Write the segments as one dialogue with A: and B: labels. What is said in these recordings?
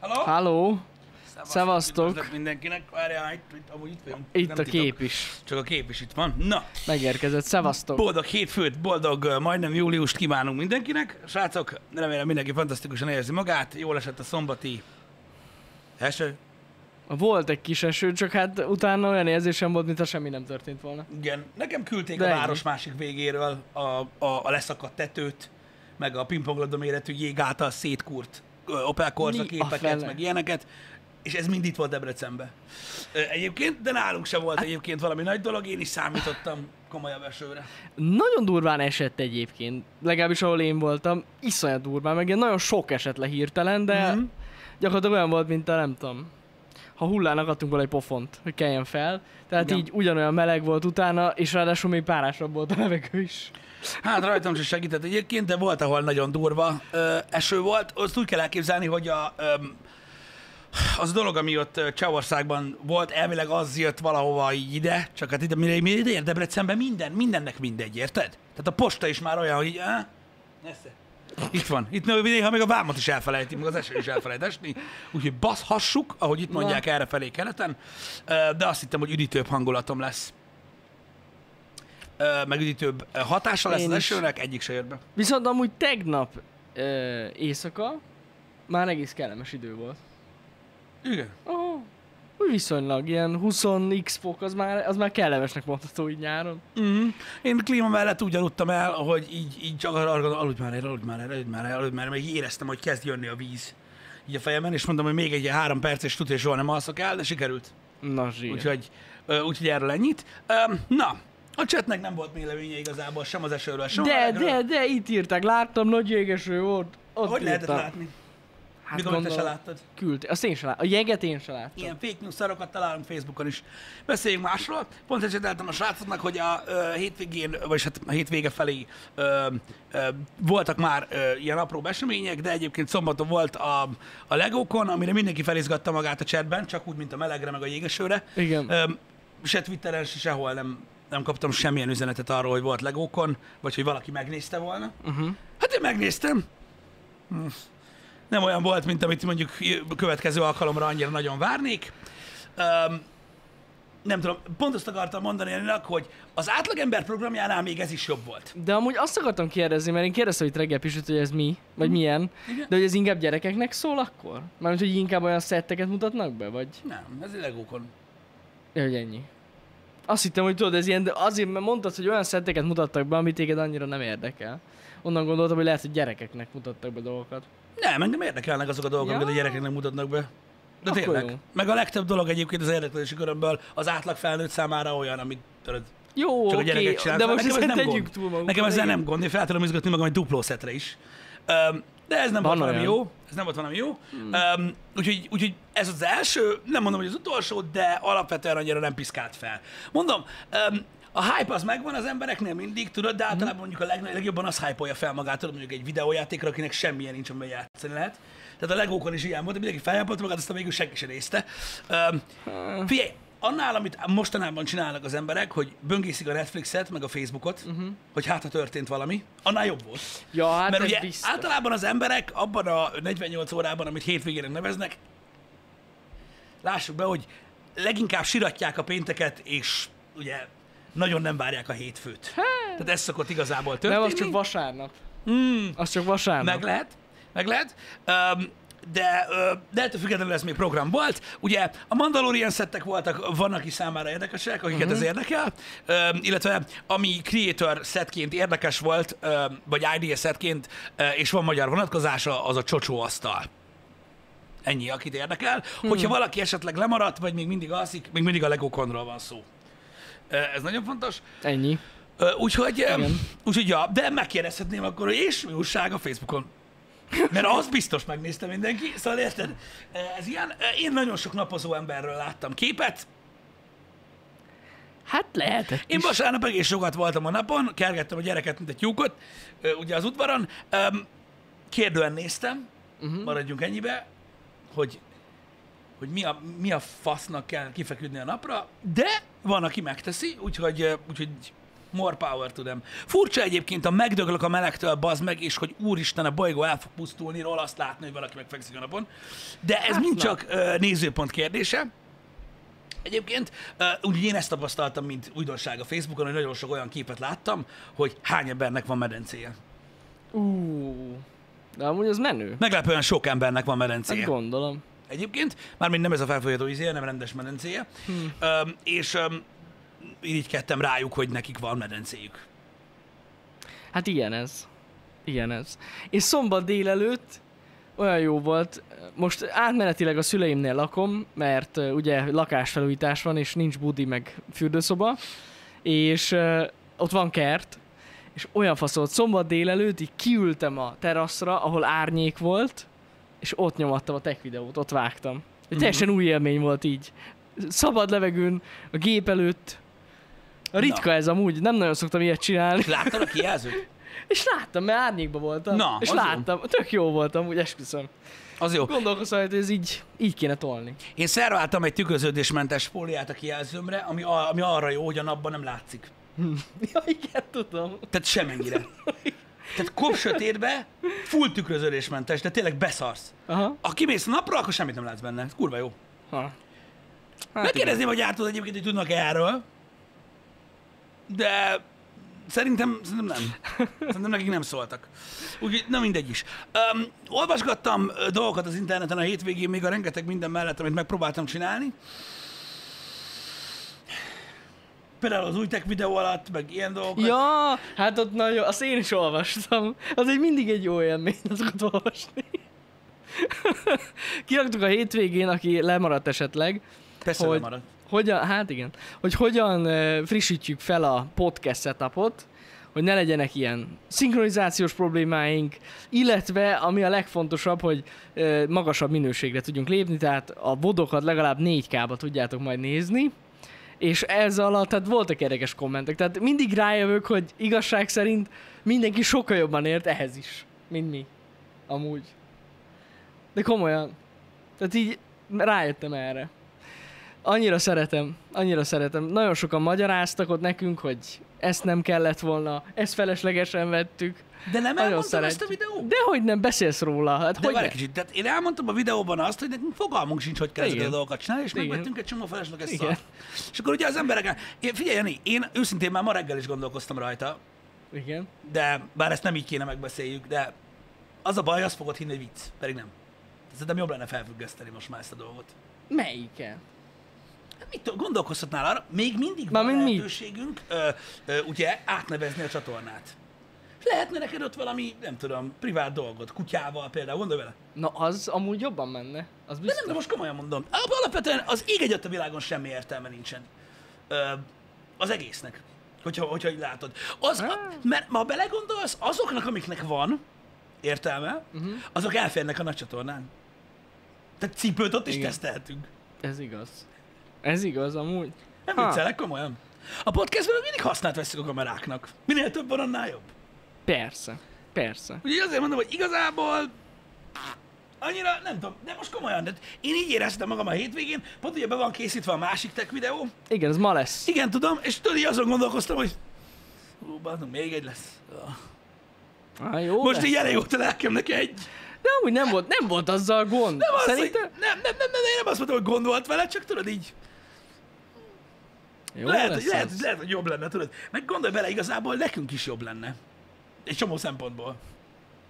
A: Halló?
B: Halló? Szevasztok.
A: Üdvözlök mindenkinek. Várjál, itt, itt, amúgy itt vagyunk.
B: Itt
A: Nem
B: a
A: titok.
B: kép is.
A: Csak a kép is itt van. Na,
B: Megérkezett. Szevasztok.
A: boldog hétfőt, boldog ö, majdnem júliust kívánunk mindenkinek. Srácok, remélem mindenki fantasztikusan érzi magát. Jól esett a szombati eső.
B: Volt egy kis eső, csak hát utána olyan érzésem volt, mintha semmi nem történt volna.
A: Igen, nekem küldték
B: De
A: a
B: ennyi.
A: város másik végéről a, a, a leszakadt tetőt, meg a pingponglabda méretű jég által szétkúrt ö, Opel Corsa
B: Mi a
A: képeket,
B: fele?
A: meg ilyeneket, és ez mind itt volt Debrecenben. Ö, Egyébként, de nálunk se
B: Hát-
A: volt egyébként valami nagy dolog, én is számítottam komolyabb esőre.
B: Nagyon durván esett egyébként, legalábbis ahol én voltam, iszonyat durván, meg ilyen nagyon sok esett le hirtelen, de
A: Mhm.
B: mm-hmm. gyakorlatilag olyan volt, mint a nem tudom. Ha hullának adtunk volna egy pofont, hogy keljen fel. Tehát
A: Igen.
B: Igen. így ugyanolyan meleg volt utána, és ráadásul még párásabb volt a levegő is.
A: Hát rajtam se segített egyébként, de volt, ahol nagyon durva ö, eső volt. Azt úgy kell elképzelni, hogy a, ö, az a dolog, ami ott ö, Csehországban volt, elvileg az jött valahova így ide, csak hát ide, mire, mire ide ér Debrecenben minden, mindennek mindegy, érted? Tehát a posta is már olyan, hogy így, á, nesze. Itt van. Itt néha még a vámot is elfelejti, meg az eső is elfelejt esni. Úgyhogy baszhassuk, ahogy itt mondják erre felé keleten. Ö, De azt hittem, hogy üdítőbb hangulatom lesz. Ö, Meg üdítőbb ö, hatása lesz
B: Én
A: az
B: is.
A: esőnek, egyik se jött be.
B: Viszont amúgy tegnap ö, éjszaka már egész kellemes idő volt.
A: Igen.
B: Oh, úgy viszonylag, ilyen 20x fok, az már, az már kellemesnek mondható így nyáron.
A: Mm. Én a klíma mellett úgy aludtam el, hogy így, így csak arra gondolom, aludj már el, aludj már el, aludj már el, aludj már el, mert így éreztem, hogy kezd jönni a víz így a fejemben, és mondom, hogy még egy ilyen három perc, és tudja, hogy soha nem alszok el, de sikerült.
B: Na zsír.
A: Úgyhogy, ö, úgyhogy erről ennyit. Öm, Na, a csetnek nem volt véleménye igazából, sem az esőről, sem a
B: de,
A: melegről.
B: de, de, itt írták, láttam, nagy jégeső volt. Ott
A: Hogy lehetett
B: írták.
A: látni?
B: Hát
A: Mikor te se
B: gondolom,
A: láttad?
B: Küldte. Azt én se láttam. A jeget én se láttam.
A: Ilyen fake news szarokat találunk Facebookon is. Beszéljünk másról. Pont eseteltem a srácoknak, hogy a ö, hétvégén, vagy hát a hétvége felé ö, ö, voltak már ö, ilyen apró események, de egyébként szombaton volt a, a Legókon, amire mindenki felizgatta magát a chatben, csak úgy, mint a melegre, meg a jégesőre.
B: Igen.
A: Öm, se Twitteren, se sehol nem, nem kaptam semmilyen üzenetet arról, hogy volt legókon, vagy hogy valaki megnézte volna.
B: Mhm.
A: Uh-huh. Hát én megnéztem. Hm. Nem olyan volt, mint amit mondjuk jö- következő alkalomra annyira nagyon várnék. Öm, nem tudom, pont azt akartam mondani ennek, hogy az átlagember programjánál még ez is jobb volt.
B: De amúgy azt akartam kérdezni, mert én kérdeztem itt reggel Pisut, hogy ez mi, vagy
A: Mhm.
B: milyen, de hogy ez inkább gyerekeknek szól akkor? Mármint, hogy inkább olyan szetteket mutatnak be, vagy?
A: Nem, ez egy legókon.
B: Ja, hogy ennyi. Azt hittem, hogy tudod, ez ilyen, de azért, mert mondtad, hogy olyan szetteket mutattak be, amit téged annyira nem érdekel. Onnan gondoltam, hogy lehet, hogy gyerekeknek mutattak be dolgokat.
A: Nem, engem érdekelnek azok a dolgok,
B: Ja.
A: ja. amiket a gyerekeknek mutatnak be. De
B: Akkor
A: tényleg.
B: jó.
A: Meg a legtöbb dolog egyébként az érdeklődési körömből az átlag felnőtt számára olyan, amit tudod,
B: Jó,
A: csak a
B: oké,
A: gyerekek csinálnak.
B: de most
A: Nekem ez
B: ezt
A: nem
B: tegyük
A: gond.
B: túl magunkat.
A: Nekem ezzel
B: igen.
A: nem gond, én fel tudom izgatni magam egy dupló szetre is. Öm, de ez nem
B: Van
A: volt valami
B: olyan.
A: jó. Ez nem volt valami jó. Öm, úgyhogy, úgyhogy ez az első, nem mondom, hogy az utolsó, de alapvetően annyira nem piszkált fel. Mondom, öm, a hype az megvan az embereknél mindig, tudod, de általában mondjuk a legnagy, legjobban az hype fel magát, tudod, mondjuk egy videójátékra, akinek semmilyen nincs, amiben játszani lehet. Tehát a legókon is ilyen volt, hogy mindenki feljápolta magát, aztán végül senki sem nézte. Öm, Figyelj, annál, amit mostanában csinálnak az emberek, hogy böngészik a Netflixet, meg a Facebookot, uh-huh. hogy hát ha történt valami, annál jobb volt.
B: Ja, hát
A: Mert
B: ez
A: ugye
B: biztos.
A: általában az emberek abban a 48 órában, amit hétvégének neveznek, lássuk be, hogy leginkább siratják a pénteket, és ugye nagyon nem várják a hétfőt. Tehát ez szokott igazából
B: Hát. Nem,
A: történni. Hmm.
B: az csak vasárnap. Mm. Az csak vasárnap.
A: Meg lehet, meg lehet. Um, de, ö, de ettől függetlenül ez még program volt. Ugye a Mandalorian szettek voltak, van, aki számára érdekesek, akiket uh-huh. ez érdekel, um, illetve ami creator szetként érdekes volt, um, vagy idea szetként, uh, és van magyar vonatkozása, az a csocsóasztal. Ennyi, akit érdekel. Hogyha valaki esetleg lemaradt, vagy még mindig alszik, még mindig a legokonról van szó. Ö, Ez nagyon fontos.
B: Ennyi.
A: Ö, Úgyhogy, ö, úgyhogy ja, de megkérdezhetném akkor, hogy és mi újság a Facebookon? Mert az biztos megnézte mindenki, szóval érted? Ez ilyen, én nagyon sok napozó emberről láttam képet.
B: Hát lehetett
A: Én
B: is.
A: vasárnap egész sokat voltam a napon, kergettem a gyereket, mint egy tyúkot, ö, ugye az udvaron. Öm, Kérdően néztem, uh-huh. maradjunk ennyibe, hogy, hogy mi, a, mi a fasznak kell kifeküdni a napra, de van, aki megteszi, úgyhogy, ö, úgyhogy More power to them. Furcsa egyébként a megdöglök a melegtől, bazd meg, és hogy úristen, a bolygó el fog pusztulni, róla azt látni, hogy valaki megfekszik a napon. De ez hát, mind
B: na.
A: csak ö, nézőpont kérdése. Egyébként ö, úgy én ezt tapasztaltam, mint újdonság a Facebookon, hogy nagyon sok olyan képet láttam, hogy hány embernek van medencéje.
B: Ú, de amúgy az menő.
A: Meglepően sok embernek van medencéje.
B: Hát gondolom.
A: egyébként, mármint nem ez a felfolyató izé, hanem rendes medencéje, hmm. um, és um, irigykedtem rájuk, hogy nekik van medencéjük.
B: Hát ilyen ez. Ilyen ez. És szombat délelőtt olyan jó volt, most átmenetileg a szüleimnél lakom, mert ö, ugye lakásfelújítás van, és nincs budi meg fürdőszoba, és ö, ott van kert, és olyan fasz volt, szombat délelőtt így kiültem a teraszra, ahol árnyék volt, és ott nyomattam a tech videót, ott vágtam. Egy teljesen új élmény volt így. Szabad levegőn, a gép előtt. Ritka ez amúgy, nem nagyon szoktam ilyet csinálni.
A: Láttad a kijelzőt?
B: És láttam, mert árnyékba voltam.
A: Na,
B: és
A: az
B: láttam, jó. tök jó voltam, úgy esküszöm.
A: Az jó.
B: Gondolkozom, hogy ez így, így kéne tolni.
A: Én szerváltam egy tükröződésmentes fóliát a kijelzőmre, ami, a, ami arra jó, hogy a napban nem látszik.
B: Ja, igen, tudom.
A: Tehát semennyire. Tehát kop sötétbe, full tükröződésmentes, de tényleg beszarsz.
B: Aha.
A: Ha kimész a napra, akkor semmit nem látsz benne. Ez kurva jó.
B: Ha.
A: Hát Megkérdezném a gyártót egyébként, hogy tudnak-e erről, de szerintem, szerintem nem. Szerintem nekik nem szóltak. Úgyhogy, na mindegy is. Um, olvasgattam ö, dolgokat az interneten a hétvégén, még a rengeteg minden mellett, amit megpróbáltam csinálni. Például az új tech videó alatt, meg ilyen dolgokat.
B: Ja, hát ott nagyon, azt én is olvastam. Az egy mindig egy jó élmény, azokat olvasni. Kiraktuk a hétvégén, aki lemaradt esetleg,
A: Persze
B: hogy-
A: hogy... marad.
B: hogyan, hát igen, hogy hogyan ö, frissítjük fel a podcast setupot, hogy ne legyenek ilyen szinkronizációs problémáink, illetve ami a legfontosabb, hogy ö, magasabb minőségre tudjunk lépni, tehát a vodokat legalább 4K-ba tudjátok majd nézni, és ez alatt tehát voltak érdekes kommentek, tehát mindig rájövök, hogy igazság szerint mindenki sokkal jobban ért ehhez is, mint mi, amúgy. De komolyan. Tehát így rájöttem erre. Annyira szeretem, annyira szeretem. Nagyon sokan magyaráztak ott nekünk, hogy ezt nem kellett volna, ezt feleslegesen vettük.
A: De nem
B: Nagyon
A: elmondtam ezt a
B: szeretjük.
A: videó?
B: De hogy nem beszélsz róla? Hát
A: De
B: hogy
A: várj
B: ne?
A: egy kicsit, tehát én elmondtam a videóban azt, hogy nekünk fogalmunk sincs, hogy kell ezeket a
B: Igen.
A: dolgokat csinálni, és
B: Igen.
A: megvettünk egy csomó felesleges
B: Igen.
A: szart. És akkor ugye az emberek, én, figyelj Jani, én őszintén már ma reggel is gondolkoztam rajta,
B: Igen.
A: de bár ezt nem így kéne megbeszéljük, de az a baj, azt fogod hinni, hogy vicc, pedig nem. Szerintem jobb lenne felfüggeszteni most már ezt a dolgot.
B: Melyike?
A: Hát Mit tudom, gondolkozhatnál arra, még mindig van
B: Mármint mi?
A: lehetőségünk, ö, ö, ugye, átnevezni a csatornát. Lehetne neked ott valami, nem tudom, privát dolgot, kutyával például, gondolj vele.
B: Na az amúgy jobban menne, az
A: De nem, de
B: biztos.
A: most komolyan mondom. Ab- Alapvetően az ég egyet a világon semmi értelme nincsen. Ö, az egésznek. Hogyha, hogyha így látod. Az, a,
B: Ah.
A: mert ha belegondolsz, azoknak, amiknek van értelme,
B: Mhm.
A: uh-huh. azok elférnek a nagy csatornán. Tehát cipőt ott is
B: Igen.
A: tesztelhetünk.
B: Ez igaz. Ez igaz amúgy.
A: Nem
B: Ha.
A: viccelek, komolyan. A podcastben mindig használt veszük a kameráknak. Minél több van, annál jobb.
B: Persze. Persze.
A: Úgyhogy azért mondom, hogy igazából annyira, nem tudom, de most komolyan, de én így éreztem magam a hétvégén, pont ugye be van készítve a másik tech videó,
B: Igen, ez ma lesz.
A: Igen, tudom, és tudod, így azon gondolkoztam, hogy hú, bazdom, még egy lesz.
B: Á, Ah, jó
A: Most
B: lesz.
A: így elég volt a lelkemnek egy.
B: De amúgy nem volt, nem volt azzal gond.
A: Nem az,
B: Szerintem...
A: Hogy, nem, nem, nem, nem, én nem azt mondtam, hogy gond volt vele, csak tudod így.
B: Jó
A: lehet, hogy,
B: lesz
A: lehet,
B: az.
A: lehet, hogy jobb lenne, tudod. Meg gondolj bele, igazából nekünk is jobb lenne. Egy csomó szempontból.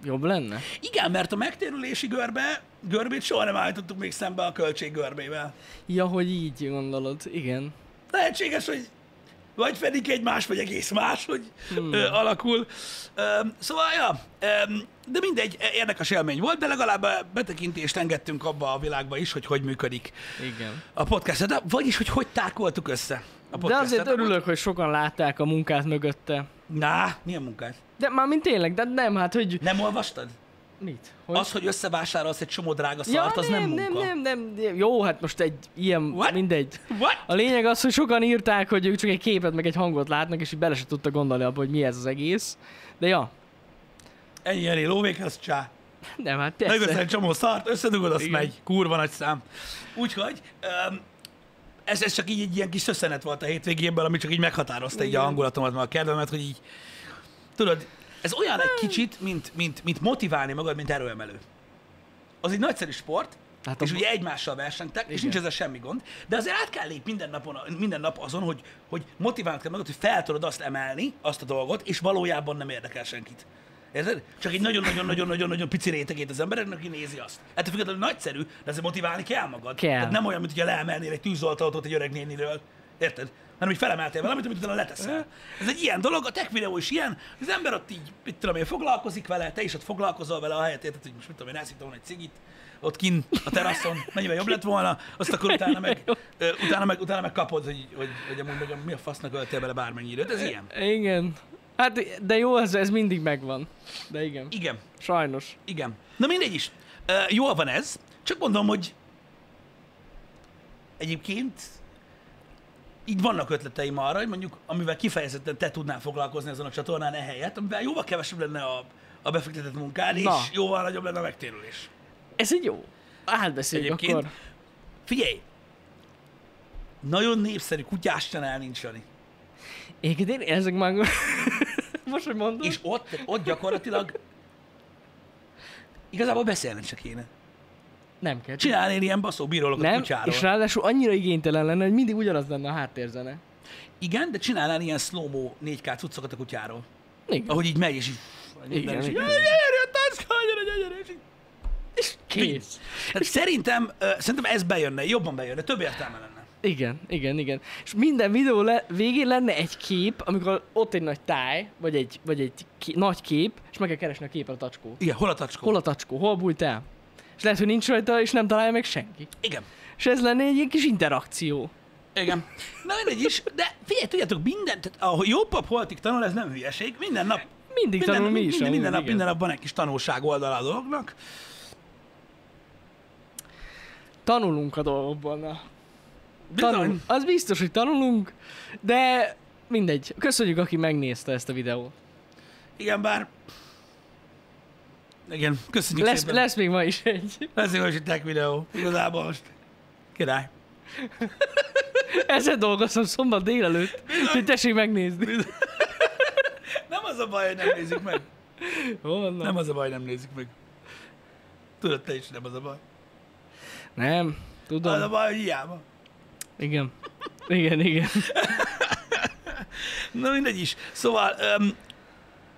B: Jobb lenne?
A: Igen, mert a megtérülési görbe, görbét soha nem állítottuk még szembe a költség görbével.
B: Ja, hogy így gondolod, igen.
A: lehetséges, hogy vagy pedig egy más, vagy egész más, hogy hmm. ö, alakul. Ö, szóval, ja, ö, de mindegy, e, érdekes élmény volt, de legalább ö, betekintést engedtünk abba a világba is, hogy hogy működik
B: Igen.
A: a podcast. De, vagyis, hogy hogy tákoltuk össze a
B: De
A: podcastet.
B: azért örülök, hogy sokan látták a munkát mögötte.
A: Na, milyen munkát?
B: De már mint tényleg, de nem, hát hogy...
A: Nem olvastad?
B: Mit? Hogy?
A: Az, hogy összevásárolsz egy csomó drága szart, az nem,
B: nem,
A: munka.
B: nem, nem, nem, nem, jó, hát most egy ilyen,
A: What?
B: mindegy.
A: What?
B: A lényeg az, hogy sokan írták, hogy ők csak egy képet, meg egy hangot látnak, és így bele se tudta gondolni abba, hogy mi ez az egész. De ja,
A: Ennyi, ennyi, lóvék, az csá.
B: nem, hát
A: Megveszel
B: persze.
A: egy csomó szart, összedugod, azt
B: Igen.
A: megy. Kurva nagy szám. Úgyhogy öm, ez, ez csak így egy ilyen kis szösszenet volt a hétvégéből, ami csak így meghatározta így a hangulatomat, meg a kedvemet, hogy így, tudod, ez olyan egy kicsit, mint, mint, mint motiválni magad, mint erőemelő. Az egy nagyszerű sport,
B: Hát
A: hát és
B: a-
A: ugye egymással versenytek, és
B: Igen.
A: nincs ezzel semmi gond, de azért át kell lép minden, napon, minden nap azon, hogy, hogy motiválnod kell magad, hogy fel tudod azt emelni, azt a dolgot, és valójában nem érdekel senkit. Érted? Csak egy nagyon-nagyon-nagyon-nagyon-nagyon pici rétegét az embereknek, aki nézi azt. Ettől függetlenül nagyszerű, de azért motiválni kell magad.
B: Kell.
A: Tehát nem olyan, mint hogyha leemelnél egy tűzoltót egy öreg néniről. Érted? Hanem, hogy felemeltél valamit, amit utána leteszel. Ez egy ilyen dolog, a tech videó is ilyen, az ember ott így, mit tudom én, foglalkozik vele, te is ott foglalkozol vele, ahelyett érted, hogy most mit tudom én, elszívtam volna egy cigit, ott kin a teraszon, mennyivel jobb lett volna, azt akkor utána meg, ö, utána meg, utána meg kapod, hogy, hogy, hogy amúgy meg mi a fasznak öltél bele bármennyi időt, ez ilyen.
B: Igen. Hát, de jó, ez, ez mindig megvan. De igen.
A: Igen.
B: Sajnos.
A: Igen. Na mindegy is. Ö, jól van ez. Csak mondom, hogy egyébként így vannak ötleteim arra, hogy mondjuk, amivel kifejezetten te tudnál foglalkozni azon a csatornán ehelyett, amivel jóval kevesebb lenne a, a befektetett munkád,
B: Na.
A: és jóval nagyobb lenne a megtérülés.
B: Ez egy jó. Átbeszéljük
A: Egyébként-
B: akkor.
A: Figyelj! Nagyon népszerű kutyás csinál nincs, Jani.
B: Igen, én ezek már... Most, hogy mondod?
A: És ott, ott gyakorlatilag igazából beszélni se kéne.
B: nem kell.
A: Csinálni ilyen baszó bírólok a
B: nem,
A: kutyáról.
B: és ráadásul annyira igénytelen lenne, hogy mindig ugyanaz lenne a háttérzene.
A: Igen, de csinálnál ilyen slow-mo 4K cuccokat a kutyáról.
B: Igen.
A: Ahogy így megy, és így... minden, és így,
B: igen.
A: "Jaj, gyere, a táska, gyere, gyere, gyere", és így-
B: És kész.
A: Tehát szerintem, ö, szerintem ez bejönne, jobban bejönne, több értelme lenne.
B: Igen, igen, igen. És minden videó le- végén lenne egy kép, amikor ott egy nagy táj, vagy egy, vagy egy ké- nagy kép, és meg kell keresni a képen a tacskó.
A: Igen, hol a tacskó?
B: Hol a tacskó? Hol bújt el? És lehet, hogy nincs rajta, és nem találja meg senki.
A: Igen.
B: És ez lenne egy ilyen kis interakció.
A: Igen. Na mindegy is, de figyelj, tudjátok, minden, tehát a jobb pap holtig tanul, ez nem hülyeség, minden nap,
B: Mindig
A: minden,
B: tanul mi is.
A: minden, minden,
B: amúgy,
A: nap,
B: igen.
A: minden nap van egy kis tanulság oldala a dolognak.
B: Tanulunk a dolgokban. Na.
A: Bizony.
B: Tanul. Az biztos, hogy tanulunk, de mindegy. Köszönjük, aki megnézte ezt a videót.
A: Igen, bár... Igen, köszönjük
B: Lesz,
A: szépen.
B: lesz még ma is egy.
A: Lesz igaz, hogy tech videó. Igazából most. Király.
B: Ezen dolgozom szombat délelőtt, hogy tessék megnézni.
A: Nem az a baj, hogy nem nézzük meg.
B: Honnan?
A: Nem az a baj, nem nézzük meg. Tudod, te is nem az a baj.
B: Nem, tudom.
A: Az a baj, hogy hiába.
B: Igen. Igen, igen.
A: Na mindegy is. Szóval öm,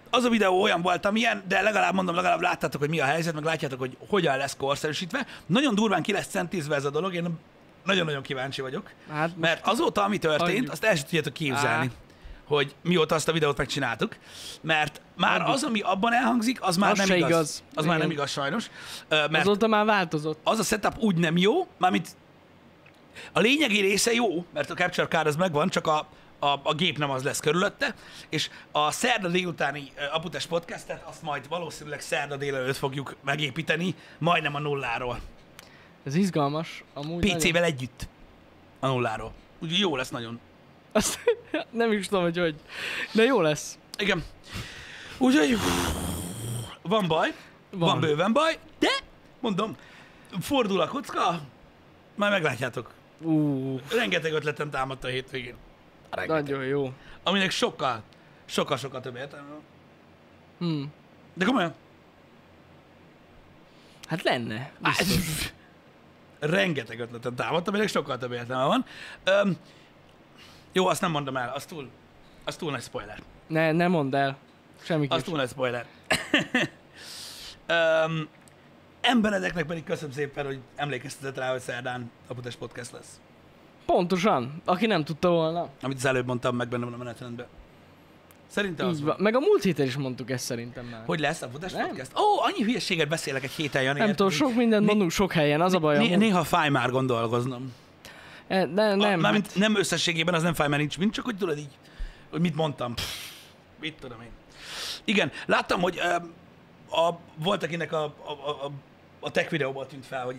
A: az a videó olyan volt, amilyen, de legalább mondom, legalább láttátok, hogy mi a helyzet, meg látjátok, hogy hogyan lesz korszerűsítve. Nagyon durván ki lesz centízve ez a dolog, én nagyon-nagyon kíváncsi vagyok.
B: Hát,
A: Mert azóta, ami történt,
B: Adjuk.
A: azt el sem tudjátok képzelni,
B: Á.
A: hogy mióta azt a videót megcsináltuk, mert már
B: Adjuk.
A: az, ami abban elhangzik, az már
B: Az
A: nem
B: se
A: igaz.
B: igaz.
A: Az már
B: Igen.
A: nem igaz sajnos, Ö, mert
B: azóta már változott.
A: az a setup úgy nem jó, mármint a lényegi része jó, mert a Capture Card az megvan, csak a, a, a gép nem az lesz körülötte, és a szerda délutáni ö, Aputes podcastet azt majd valószínűleg szerda délelőtt fogjuk megépíteni, majdnem a nulláról.
B: Ez izgalmas. Amúgy nagyon.
A: PC-vel együtt a nulláról. Úgyhogy jó lesz nagyon.
B: Azt nem is tudom, hogy hogy. De jó lesz.
A: Igen. Úgyhogy van baj, van. van
B: Van.
A: bőven baj, de mondom, fordul a kocka, majd meglátjátok.
B: Ú,
A: Rengeteg ötletem támadt a hétvégén.
B: nagyon jó.
A: Aminek sokkal, sokkal-sokkal több értelme van.
B: Hm.
A: De komolyan.
B: Hát lenne. Biztos.
A: Biztos. Rengeteg ötletem támadt, aminek sokkal több értelme van. Öm, jó, azt nem mondom el, az túl, az túl nagy spoiler.
B: Ne, ne mondd el. Semmi
A: Az túl nagy spoiler. um, emberedeknek pedig köszönöm szépen, hogy emlékeztetett rá, hogy szerdán a Putes Podcast lesz.
B: Pontosan. Aki nem tudta volna.
A: Amit az előbb mondtam, meg benne van a menetrendben. Szerintem az
B: Így
A: van.
B: van. Meg a múlt héten is mondtuk ezt szerintem már.
A: Hogy lesz a Putes
B: Nem?
A: Podcast? Ó, annyi hülyeséget beszélek egy héten, Jani.
B: nem
A: érted,
B: tudom,
A: így-
B: sok mindent mondunk sok helyen, az a baj.
A: Né-
B: amúgy.
A: néha fáj már gondolkoznom.
B: E, ne,
A: Nem.
B: nem.
A: Mármint nem összességében, az nem fáj, mert nincs mint, csak hogy tudod így, hogy mit mondtam. Pff, mit tudom én. Igen, láttam, hogy öm, a, volt akinek a, a, a, a- a tech videóban tűnt fel, hogy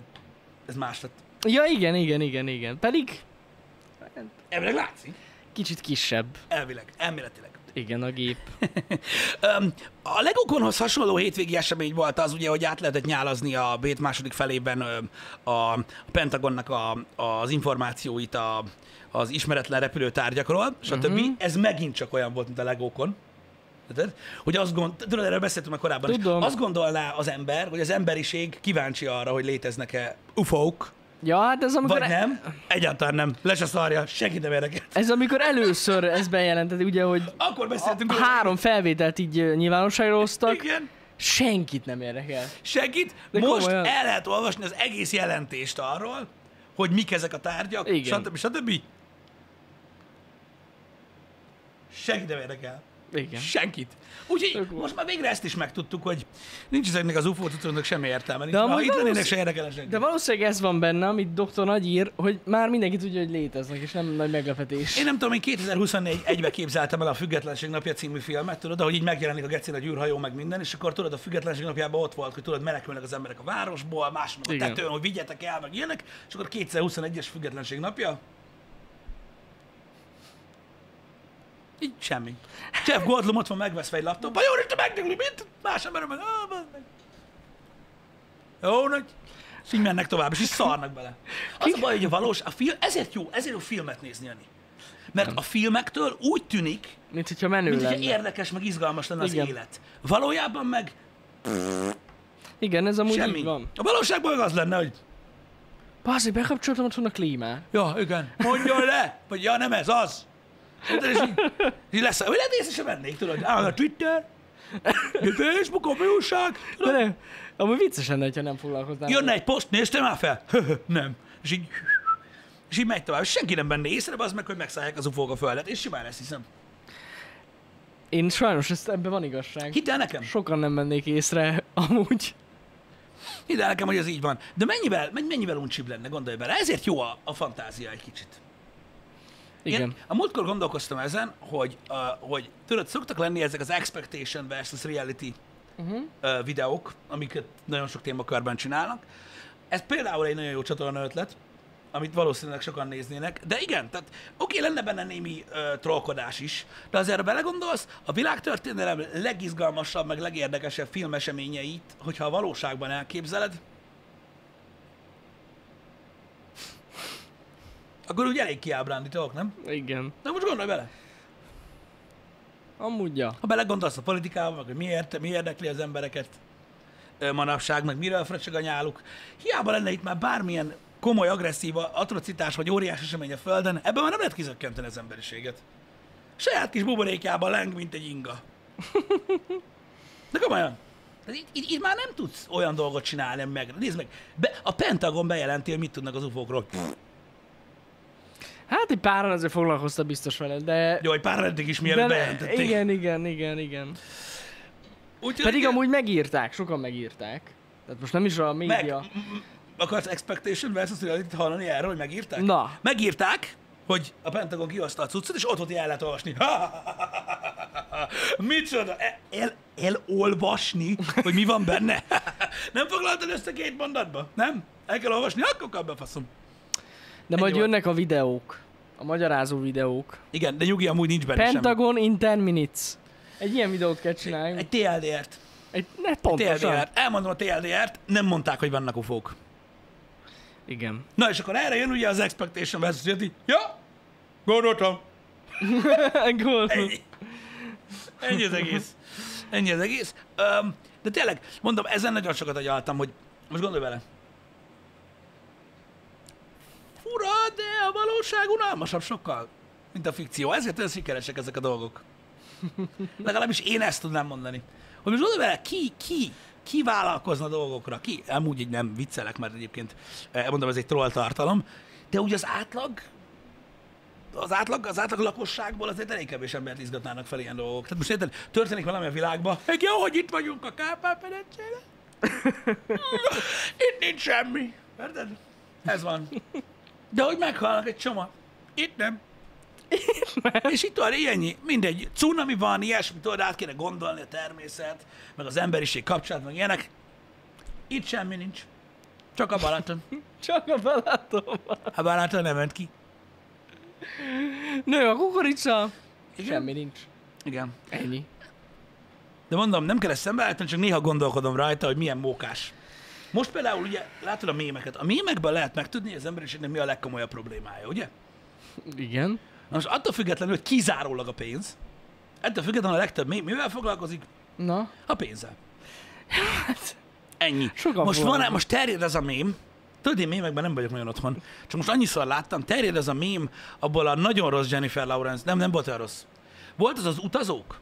A: ez más lett.
B: Ja, igen, igen, igen, igen. Pedig
A: Elvileg látszik.
B: kicsit kisebb.
A: Elvileg, elméletileg.
B: Igen, a gép.
A: Öm, A legokonhoz hasonló hétvégi esemény volt az, ugye, hogy át lehetett nyálazni a bét második felében öm, a Pentagonnak a, az információit a, az ismeretlen repülőtárgyakról, stb. Uh-huh. Ez megint csak olyan volt, mint a legókon. Érted? Hogy azt gond... Tudod, erről beszéltünk már korábban is.
B: Tudom.
A: Azt gondolná az ember, hogy az emberiség kíváncsi arra, hogy léteznek-e ufók,
B: Ja, hát ez amikor,
A: vagy nem. Egyáltalán nem. Le se szarja, senki nem érdekel.
B: ez amikor először ezt bejelentett, ugye, hogy
A: Akkor beszéltünk róla.
B: három felvételt így ö, nyilvánosságra hoztak,
A: Igen.
B: senkit nem érdekel.
A: Segít,
B: De
A: most
B: komolyan.
A: el lehet olvasni az egész jelentést arról, hogy mik ezek a tárgyak,
B: Igen.
A: stb. stb. Senki nem érdekel.
B: Igen.
A: Senkit. Úgyhogy
B: Tök jó.
A: most már végre ezt is megtudtuk, hogy nincs ezeknek az UFO tudóknak semmi értelme. Nincs.
B: De
A: De ha
B: amúgy
A: itt lennének,
B: valószín-
A: se érdekelne senki.
B: De valószínűleg ez van benne, amit Dr. Nagy ír, hogy már mindenki tudja, hogy léteznek, és nem nagy meglepetés.
A: Én nem tudom, én 2024 egybe képzeltem el a Függetlenség napja című filmet, tudod, ahogy így megjelenik a gecén a gyűrhajó, meg minden, és akkor tudod, a Függetlenség napjában ott volt, hogy tudod, menekülnek az emberek a városból, más meg a
B: Igen.
A: tetőn, hogy vigyetek el, meg ilyenek, és akkor 2021-es Függetlenség napja. Így semmi. Jeff Goldblum ott van megveszve egy laptopba, jó, és te megdögli, mit? Más ember meg, ah, bazd meg. Jó, nagy. És így mennek tovább, és így szarnak bele. Az a baj, hogy a valós, a film, ezért jó, ezért jó filmet nézni, Jani. Mert a filmektől úgy tűnik,
B: Mint hogyha menő
A: mint
B: lenne.
A: hogyha érdekes, meg izgalmas lenne az
B: Igen.
A: élet. Valójában meg
B: Igen, ez amúgy
A: semmi.
B: így van.
A: A valóságban meg az lenne, hogy
B: Bázi, bekapcsoltam otthon a klímát.
A: ja, igen, mondjon le, vagy ja, nem ez, az. Tudod, és így, így lesz, hogy lehet észre sem vennék, tudod, áll a Twitter, de Facebook, a mi újság,
B: De nem, amúgy vicces lenne, ha nem foglalkoznál.
A: jönne egy poszt, néztem már fel? nem. És így, és így megy tovább, és senki nem benne észre, az meg, hogy megszállják az ufók a földet, és simán ezt hiszem.
B: Én sajnos, ezt, ebben van igazság.
A: Hidd el nekem.
B: Sokan nem mennék észre, amúgy.
A: Hidd el nekem, hogy ez így van. De mennyivel, men- mennyivel uncsibb lenne, gondolj bele. Ezért jó a, a fantázia egy kicsit.
B: Igen.
A: Én a múltkor gondolkoztam ezen, hogy, uh, hogy tudod, szoktak lenni ezek az expectation versus reality uh-huh. uh, videók, amiket nagyon sok témakörben csinálnak. Ez például egy nagyon jó csatorna ötlet, amit valószínűleg sokan néznének, de igen, tehát oké, lenne benne némi ö, trollkodás is, de azért, ha belegondolsz, a világtörténelem legizgalmasabb, meg legérdekesebb filmeseményeit, hogyha a valóságban elképzeled, akkor úgy elég kiábrándítók, nem?
B: Igen.
A: De most gondolj bele.
B: Amúgy, ja.
A: Ha belegondolsz a politikába, meg hogy miért, mi érdekli az embereket ö, manapság, meg miről fröcsög a nyáluk. Hiába lenne itt már bármilyen komoly, agresszív atrocitás, vagy óriás esemény a Földön, ebben már nem lehet kizökkenteni az emberiséget. Saját kis buborékjában leng, mint egy inga. De komolyan. Tehát Itt, itt, itt már nem tudsz olyan dolgot csinálni, ami meg. Nézd meg, be, a Pentagon bejelenti, hogy mit tudnak az ufókról.
B: Hát egy páran azért foglalkoztam biztos vele, de...
A: Jó, egy pár eddig is
B: de
A: mielőtt bejelentették.
B: igen, igen, igen, igen.
A: Úgyhogy
B: Pedig
A: igen.
B: amúgy megírták, sokan megírták. Tehát most nem is a
A: Meg,
B: média.
A: m- m- akarsz expectation versus reality hallani erről, hogy megírták?
B: Na.
A: Megírták, hogy a Pentagon kihozta a cuccot, és ott volt, hogy el lehet olvasni. Micsoda? El, el, elolvasni, hogy mi van benne? nem foglaltad össze két mondatba? Nem? El kell olvasni? Akkor kap be, faszom.
B: De majd
A: Ennyi volt.
B: jönnek a videók. A magyarázó videók.
A: Igen, de nyugi, amúgy nincs benne semmi.
B: Pentagon in 10 minutes. Egy ilyen videót kell csinálni. Egy,
A: Egy TLDR-t.
B: egy, ne, pontosan.
A: TLDR-t. Elmondom a TLDR-t, nem mondták, hogy vannak ufók.
B: Igen.
A: Na és akkor erre jön ugye az expectation versus reality. Ja, gondoltam.
B: Gól.
A: Ennyi. Ennyi az egész. Ennyi az egész. Um, de tényleg, mondom, ezen nagyon sokat agyaltam, hogy most gondolj bele. Fura, de a valóság unalmasabb sokkal, mint a fikció. Ezért olyan sikeresek ezek a dolgok. Legalábbis én ezt tudnám mondani. Hogy most gondolj bele, ki, ki, ki vállalkozna dolgokra, ki? Amúgy így nem viccelek, mert egyébként eh, mondom, ez egy troll tartalom, de úgy az átlag, az átlag, az átlag lakosságból azért elég kevés embert izgatnának fel ilyen dolgok. Tehát most érted, történik valami a világban, hogy jó, hogy itt vagyunk a Kárpát medencére. itt nincs semmi. Érted? Ez van. De hogy meghalnak egy csomag. Itt nem. És itt van ilyennyi, mindegy, cunami van, ilyesmi, tudod, át kéne gondolni a természet, meg az emberiség kapcsolat, meg ilyenek. Itt semmi nincs. Csak a Balaton.
B: Csak a belátom.
A: A Balaton nem ment ki.
B: Nő a kukorica.
A: Igen?
B: Semmi nincs.
A: Igen.
B: Ennyi.
A: De mondom, nem kell ezt szembeállítani, csak néha gondolkodom rajta, hogy milyen mókás. Most például ugye látod a mémeket. A mémekben lehet megtudni, hogy az emberiségnek mi a legkomolyabb problémája, ugye?
B: Igen.
A: Na most attól függetlenül, hogy kizárólag a pénz, ettől függetlenül a legtöbb mém mivel foglalkozik?
B: Na.
A: A pénzzel. Ennyi.
B: Hát, Sokan
A: most van
B: foglalkoznak.
A: most terjed ez a mém, tudod, én mémekben nem vagyok nagyon otthon, csak most annyiszor láttam, terjed ez a mém abból a nagyon rossz Jennifer Lawrence, nem, nem volt olyan rossz. Volt az az Utazók?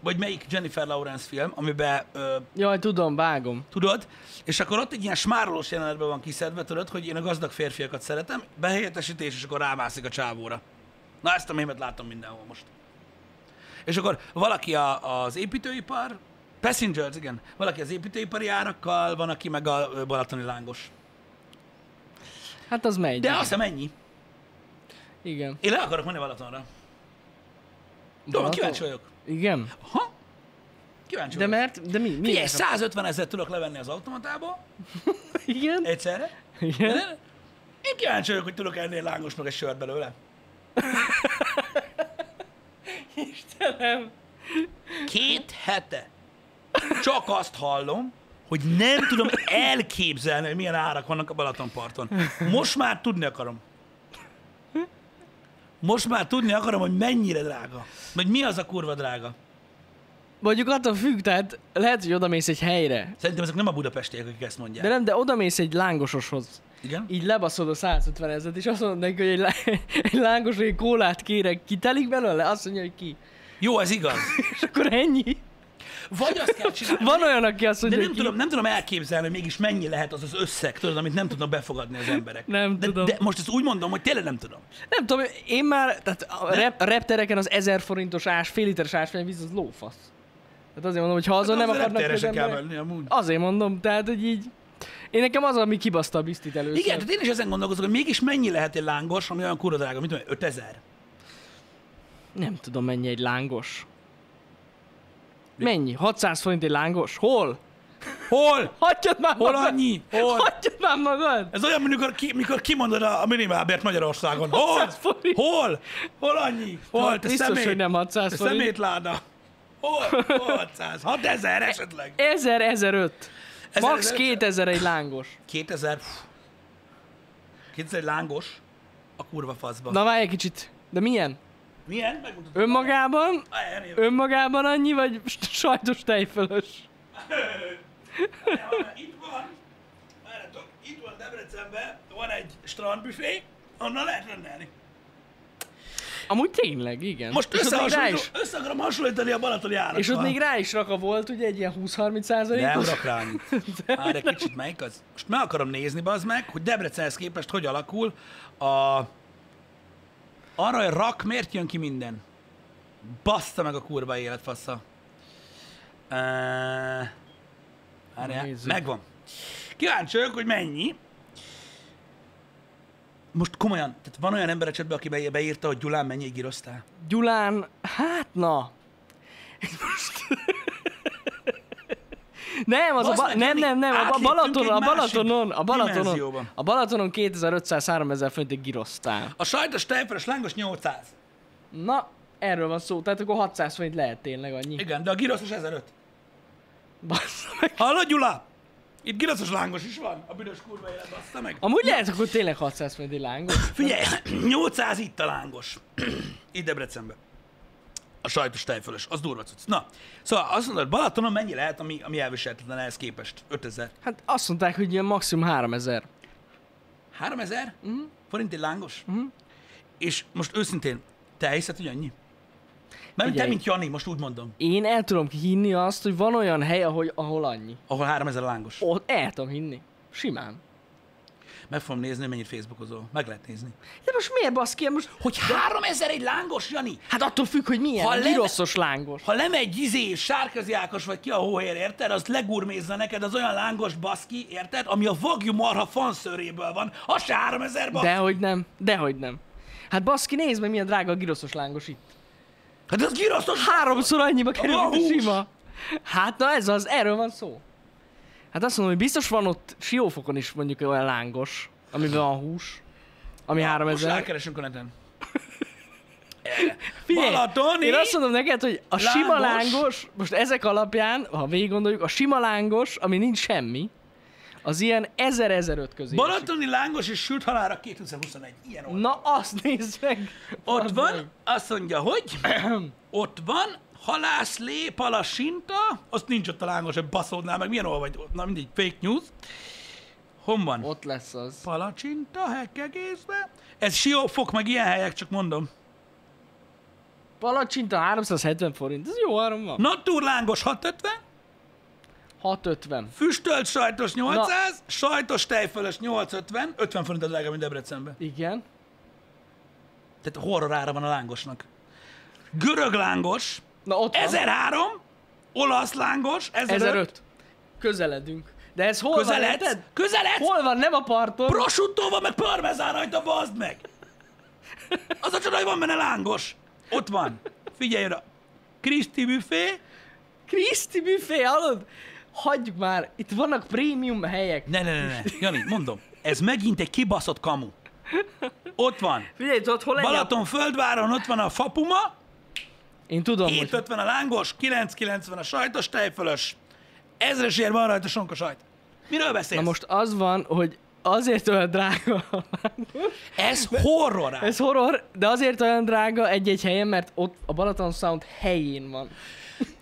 A: Vagy melyik Jennifer Lawrence film, amiben ö,
B: Jaj, tudom, vágom.
A: tudod, és akkor ott egy ilyen smárolós jelenetben van kiszedve, tudod, hogy én a gazdag férfiakat szeretem, behelyettesítés, és akkor rámászik a csávóra. Na, ezt a mémet látom mindenhol most. És akkor valaki a, az építőipar, Passengers, igen, valaki az építőipari árakkal, van, aki meg a ö, balatoni lángos.
B: Hát az megy.
A: De azt hiszem ennyi.
B: Igen.
A: Én le akarok menni Balatonra. Tudom,
B: Balaton?
A: kíváncsi vagyok.
B: Igen.
A: Ha? Kíváncsi
B: De
A: vagyok.
B: mert, de mi? mi
A: Figyelj,
B: ez a-
A: 150 ezer tudok levenni az automatából,
B: Igen?
A: egyszerre.
B: Igen?
A: De Én kíváncsi vagyok, hogy tudok ennél lángos meg egy sört belőle.
B: Istenem.
A: Két hete csak azt hallom, hogy nem tudom elképzelni, hogy milyen árak vannak a Balatonparton. Most már tudni akarom. Most már tudni akarom, hogy mennyire drága. Vagy mi az a kurva drága.
B: Mondjuk attól függ, tehát lehet, hogy odamész egy helyre.
A: Szerintem ezek nem a budapestiek, akik ezt
B: De
A: mondják.
B: nem, de odamész egy lángososhoz.
A: Igen?
B: Így lebaszod a 150 ezeret, és azt mondod neki, hogy egy, lá- egy lángos, egy kólát kérek, kitelik belőle? Azt mondja, hogy ki.
A: Jó, ez igaz.
B: És akkor ennyi.
A: Vagy azt kell csinálni.
B: Van olyan, aki azt
A: De
B: mondja,
A: nem
B: hogy
A: tudom, nem tudom elképzelni, hogy mégis mennyi lehet az az összeg, tudod, amit nem tudnak befogadni az emberek.
B: Nem
A: de,
B: tudom.
A: De most ezt úgy mondom, hogy tényleg nem tudom.
B: ki. Nem tudom, én már, tehát a, rep, a reptereken az 1000 forintos ás, fél literes ásványvíz, az lófasz. Tehát azért mondom, hogy ha azon Szóval nem
A: Hát Az
B: akarnak
A: reptérre
B: az
A: se kell
B: emberek-
A: menni amúgy.
B: Azért mondom, tehát, hogy így... Én nekem az, ami kibaszta a biztit először.
A: Igen, tehát én is ezen gondolkozok, hogy mégis mennyi lehet egy lángos, ami olyan kurva drága, mint tudom, én, 5000.
B: Nem tudom, mennyi egy lángos. Mennyi? 600 forint egy lángos? Hol?
A: Hol?
B: Hagyjad már
A: Hol
B: magad!
A: annyi? Hol?
B: Hagyjad már magad!
A: Ez olyan, mint mikor, ki, mikor kimondod a a minimálbért Magyarországon. Hol?
B: 600 forint.
A: Hol? Hol annyi? Hol? Te
B: Biztos,
A: szemét,
B: hogy nem 600
A: te
B: forint.
A: szemétláda. Hol? Hol 600? 6000 esetleg.
B: 1000, 1005.
A: Ezer,
B: Max
A: ezer-
B: 2000 egy lángos.
A: 2000, pff, 2000 lángos a kurva faszba.
B: Na várj egy kicsit. De milyen?
A: Milyen? Megmutatom.
B: Önmagában?
A: Várjál, eljövök.
B: Önmagában annyi, vagy s- sajtos tejfölös?
A: Itt van, várjátok, itt van Debrecenben, van egy strandbüfé, onnan lehet rendelni.
B: Amúgy tényleg, igen.
A: Most
B: és ott még rá
A: összehasonlító,
B: is,
A: össze akarom hasonlítani a balatoni árakkal.
B: és ott még rá is raka volt, ugye egy ilyen 20-30
A: nem
B: százalékos.
A: rak rá annyit. Már egy kicsit melyik az. Most meg akarom nézni, bazd meg, hogy Debrecenhez képest hogy alakul a... Arra, hogy rak, miért jön ki minden? Bassza meg a kurva élet, fassa. Uh,
B: Nézzük.
A: megvan. Kíváncsi vagyok, hogy mennyi. Most komolyan, tehát van olyan ember a csetben, aki be- beírta, hogy Gyulán mennyi gíroztál?
B: Gyulán, hát na. Most... Nem, az a
A: Basz
B: ba-
A: meg,
B: nem,
A: Jani,
B: nem, nem, a ba-
A: átléptünk
B: Balatonon, a
A: egy másik
B: Balatonon, a Balatonon,
A: dimenzióba.
B: a Balatonon 2500-3000 forintig girosztál.
A: A sajtos tejfölös lángos 800.
B: Na, erről van szó, tehát akkor 600 forint lehet tényleg annyi.
A: Igen, de a gíroszos 1005.
B: Bassza meg.
A: Hallod, Gyula? Itt gíraszos lángos is van. A büdös kurva élet, bassza meg.
B: Amúgy lehet, akkor tényleg 600 forint egy lángos.
A: Figyelj, 800 itt a lángos. Itt Debrecenbe. A sajtos tejfölös. Az durva cucc. Na, szóval azt mondod, Balatonon mennyi lehet, ami, ami elviselhetetlen ehhez képest? 5000.
B: Hát azt mondták, hogy ilyen maximum 3000.
A: 3000 uh-huh. forint egy lángos? Uh-huh. És most őszintén, te hiszed, hogy annyi? Mert te,
B: Figyelj.
A: mint Jani, most úgy mondom,
B: Én el tudom hinni azt, hogy van olyan hely, ahol, ahol annyi.
A: ahol 3000 a lángos.
B: Ott el tudom hinni. Simán.
A: Meg fogom nézni, hogy mennyit Facebookozol. Meg lehet nézni.
B: De most miért basz ki? Most
A: Hogy 3000 egy lángos, Jani?
B: Hát attól függ, hogy milyen.
A: Ha
B: Ha
A: lenne-
B: Giroszos lángos.
A: ha lemegy izé, sárközi Ákos vagy ki a hóhér, érted? Azt legurmézza neked az olyan lángos baszki, érted? Ami a vagyú marha fanszőréből van. Az se 3000 ba.
B: Dehogy nem, dehogy nem. Hát baszki, nézd meg, milyen drága a giroszos lángos itt.
A: Hát az girosztos
B: Háromszor annyiba kerül,
A: Van
B: mint a
A: hús.
B: sima. Hát na ez az, erről van szó. Hát azt mondom, hogy biztos van ott Siófokon is mondjuk olyan lángos, amiben van hús, ami
A: Most
B: 3000.
A: rákeresünk a neten.
B: Figyelj,
A: Balatoni!
B: én azt mondom neked, hogy a
A: Lángos.
B: sima lángos, most ezek alapján, ha végig gondoljuk, a sima lángos, ami nincs semmi, az ilyen 1000-1005 közé. esik.
A: Balatoni lángos és sült halára 2021. Ilyen oldal.
B: Na azt nézd meg!
A: Ott
B: Bazd meg.
A: van, azt mondja, hogy ott van, halász lé, palasinta, azt nincs ott a lángos, hogy baszódnál meg, milyen hol vagy, na mindegy, fake news. Hon van?
B: Ott lesz az.
A: Palacsinta, hekegészbe. Ez siófok, meg ilyen helyek, csak mondom.
B: Palacsinta 370 forint, ez jó áron van.
A: Naturlángos 650,
B: 650.
A: füstölt sajtos 800, Na. sajtos tejfölös 850, 50 forint az drága, mint Debrecenben.
B: Igen.
A: Tehát horror ára van a lángosnak. Görög lángos,
B: Na ott van.
A: 1003, olasz lángos, 1005,
B: 1005. Közeledünk. De ez hol van?
A: közeledsz,
B: érted?
A: közeledsz,
B: Hol van? Nem a parton.
A: prosciuttóval meg parmezán rajta, bazd meg! Az a csoda, hogy van benne lángos. Ott van. Figyelj rá. Kriszti büfé,
B: Kriszti büfé, hallod? Hagyj már, itt vannak prémium helyek.
A: Ne, ne, ne, ne. Jani, mondom, ez megint egy kibaszott kamu. Ott van.
B: Figyelj, tudod, hol legyen?
A: Balaton földváron ott van a fapuma,
B: Én tudom, hogy...
A: 750 a lángos, 990 a sajtos tejfölös, ezres ér van rajta sonka sajt. Miről beszélsz?
B: Na most az van, hogy azért olyan drága,
A: Ez horror ám.
B: ez horror, de azért olyan drága egy-egy helyen, mert ott a Balaton Sound helyén van.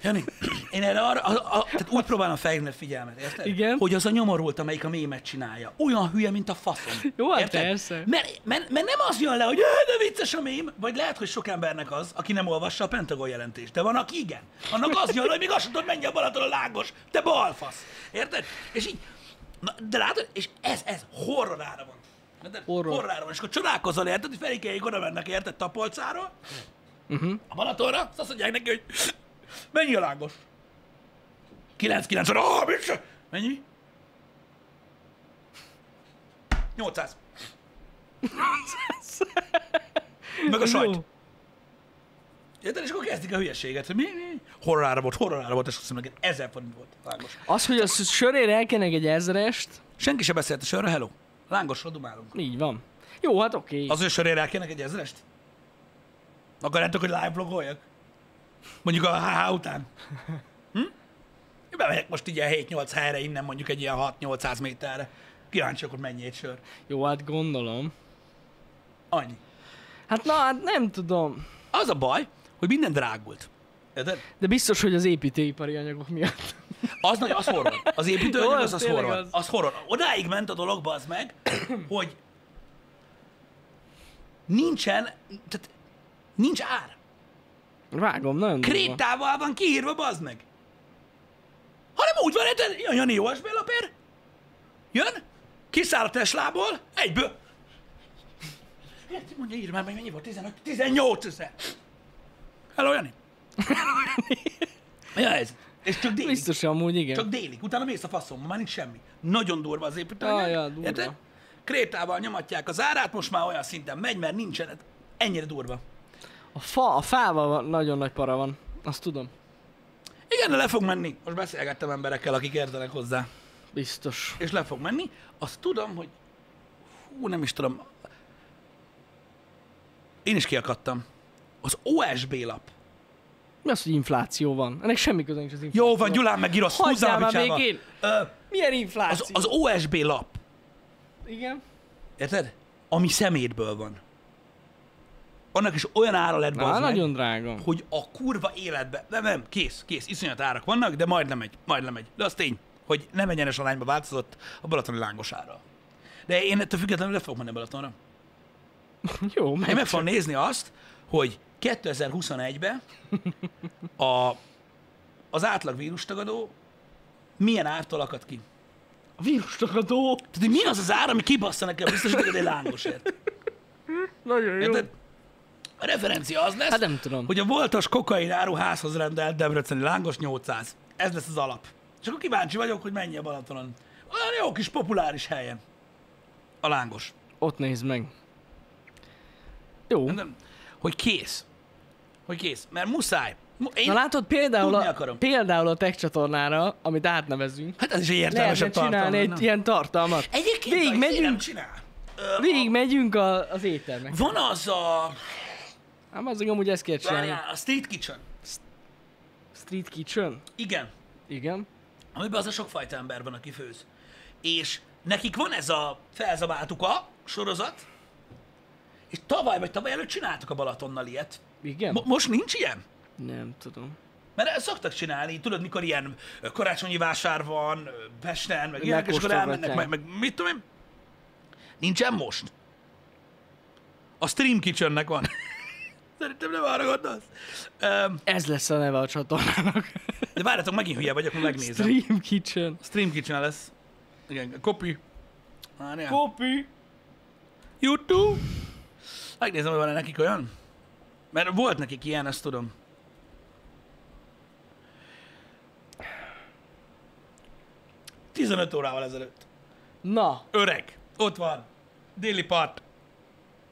A: Jani, én erre arra, a, a, tehát úgy próbálom felhívni a figyelmet, érted?
B: Igen.
A: Hogy az a nyomorult, amelyik a mémet csinálja. Olyan hülye, mint a faszom.
B: Jó, hát
A: Érted?
B: persze.
A: Mert, mert, mert, nem az jön le, hogy "Ö, de vicces a mém, vagy lehet, hogy sok embernek az, aki nem olvassa a Pentagon jelentést, de van, aki igen. Annak az jön le, hogy még azt sem tudod, menj a Balaton a lángos, te balfasz. Érted? És így, na, de látod, és ez, ez horrorára van. Érted?
B: Horror.
A: Horrorára van. És akkor csodálkozol, érted, hogy felikéig oda mennek, érted, tapolcáról, a Balatonra, azt mondják neki, hogy mennyi a lángos? 990, ah, mit se- Mennyi? 800. Meg a sajt.
B: Jó.
A: Érted? És akkor kezdik a hülyeséget, hogy mi, mi? Horrorára volt, horrorára volt, és azt mondom, neked ezer forint volt a lángos.
B: Az, hogy a sz- sörére elkenek egy ezrest,
A: Senki se beszélt a sörre, hello. Lángosra dumálunk.
B: így van. Jó, hát oké.
A: Az ő sörére elkérnek egy ezerest? Akarjátok, hogy live blogoljak? Mondjuk a HH után. Hm? Bemegyek most így ilyen 7-8 helyre, innen mondjuk egy ilyen 6-800 méterre. Kíváncsiak, hogy mennyi egy sör.
B: Jó, hát gondolom.
A: Annyi.
B: Hát na, hát nem tudom.
A: Az a baj, hogy minden drágult. Érted?
B: De biztos, hogy az építőipari anyagok miatt.
A: Az nagy, az horror. Az építőanyag
B: Jó,
A: az,
B: az
A: az
B: tényleg
A: horror. Az.
B: az.
A: horror. Odáig ment a dolog, az meg, hogy nincsen, tehát nincs ár.
B: Vágom, nagyon durva.
A: Krétával van kiírva, bazd meg. Hanem úgy van, érted? Jön, jön jó papír. Jön, kiszáll a Teslából, egyből. Érted, Mondja, írd már meg, mennyi volt? 15, 18 ezer. Hello, Jani. Mi a helyzet? És csak délig.
B: Biztos, hogy amúgy igen.
A: Csak délig. Utána mész a faszom, már nincs semmi. Nagyon durva az
B: Ah, ja,
A: építőanyag.
B: durva.
A: Érted? Krétával nyomatják az árát, most már olyan szinten megy, mert nincsen. Ennyire durva.
B: A, fa, a fával van, nagyon nagy para van. Azt tudom.
A: Igen, de le fog menni. Most beszélgettem emberekkel, akik értenek hozzá.
B: Biztos.
A: És le fog menni. Azt tudom, hogy... Hú, nem is tudom. Én is kiakadtam. Az OSB lap.
B: Mi az, hogy infláció van? Ennek semmi köze nincs az infláció.
A: Jó van, Gyulán meg Girosz,
B: Hagyjál
A: húzzál a
B: már
A: bicsával.
B: végén.
A: Ö,
B: Milyen infláció?
A: Az, az OSB lap,
B: Igen.
A: érted? Ami szemétből van. Annak is olyan ára lett,
B: Á,
A: bazd meg,
B: nagyon drága.
A: hogy a kurva életbe, nem, nem, kész, kész, iszonyat árak vannak, de majd lemegy, majd lemegy. De az tény, hogy nem egyenes arányba változott a Balatoni lángosára. De én ettől függetlenül le fogok menni Balatonra.
B: Jó,
A: Én
B: meg.
A: meg fogom nézni azt, hogy 2021-ben a, az átlag vírustagadó milyen ártól akad ki.
B: A vírustagadó.
A: Tehát, hogy mi az az ár, ami kibassza nekem biztosítékot egy lángosért.
B: Nagyon jó.
A: Érted? A referencia az lesz,
B: Hát nem tudom.
A: hogy a voltas kokain áruházhoz rendelt Debreceni lángos 800. Ez lesz az alap. És akkor kíváncsi vagyok, hogy mennyi a Balatonon. Olyan jó kis populáris helyen. A lángos.
B: Ott nézd meg. Jó.
A: Nem, hogy kész. Hogy kész. Mert muszáj. Mu- Én,
B: Na látod, például
A: Tudni
B: a,
A: akarom.
B: például a tech csatornára, amit átnevezünk,
A: hát ez is egy
B: lehetne
A: értelmesebb tartalom.
B: csinálni
A: nem?
B: egy ilyen tartalmat.
A: Egyébként
B: Végig
A: végig megyünk.
B: megyünk,
A: csinál.
B: végig megyünk a, az ételnek.
A: Van az a...
B: Ám Hát az amúgy ezt kell csinálni.
A: Várjál, a Street Kitchen.
B: Street Kitchen?
A: Igen.
B: Igen.
A: Amiben az a sokfajta ember van, aki főz. És nekik van ez a felzabáltuk a sorozat, és tavaly vagy tavaly előtt csináltuk a Balatonnal ilyet.
B: Igen?
A: Mo- most nincs ilyen?
B: nem tudom.
A: Mert ezt szoktak csinálni, tudod, mikor ilyen ö, karácsonyi vásár van, ö, Pesten, meg ilyenek, és akkor elmennek, meg,
B: Megkóstolgatják.
A: meg mit tudom én. Nincsen most. A Stream Kitchennek van. Szerintem nem arra gondolsz. Öm,
B: Ez lesz a neve a csatornának.
A: De várjatok, megint hülye vagyok, akkor megnézem.
B: Stream Kitchen.
A: Stream Kitchen lesz. Igen, copy. Várjál.
B: Kopi.
A: YouTube. Megnézem, hogy van-e nekik olyan. Mert volt nekik ilyen, ezt tudom. ...15 órával ezelőtt.
B: Na,
A: Öreg. Ott van. Déli part.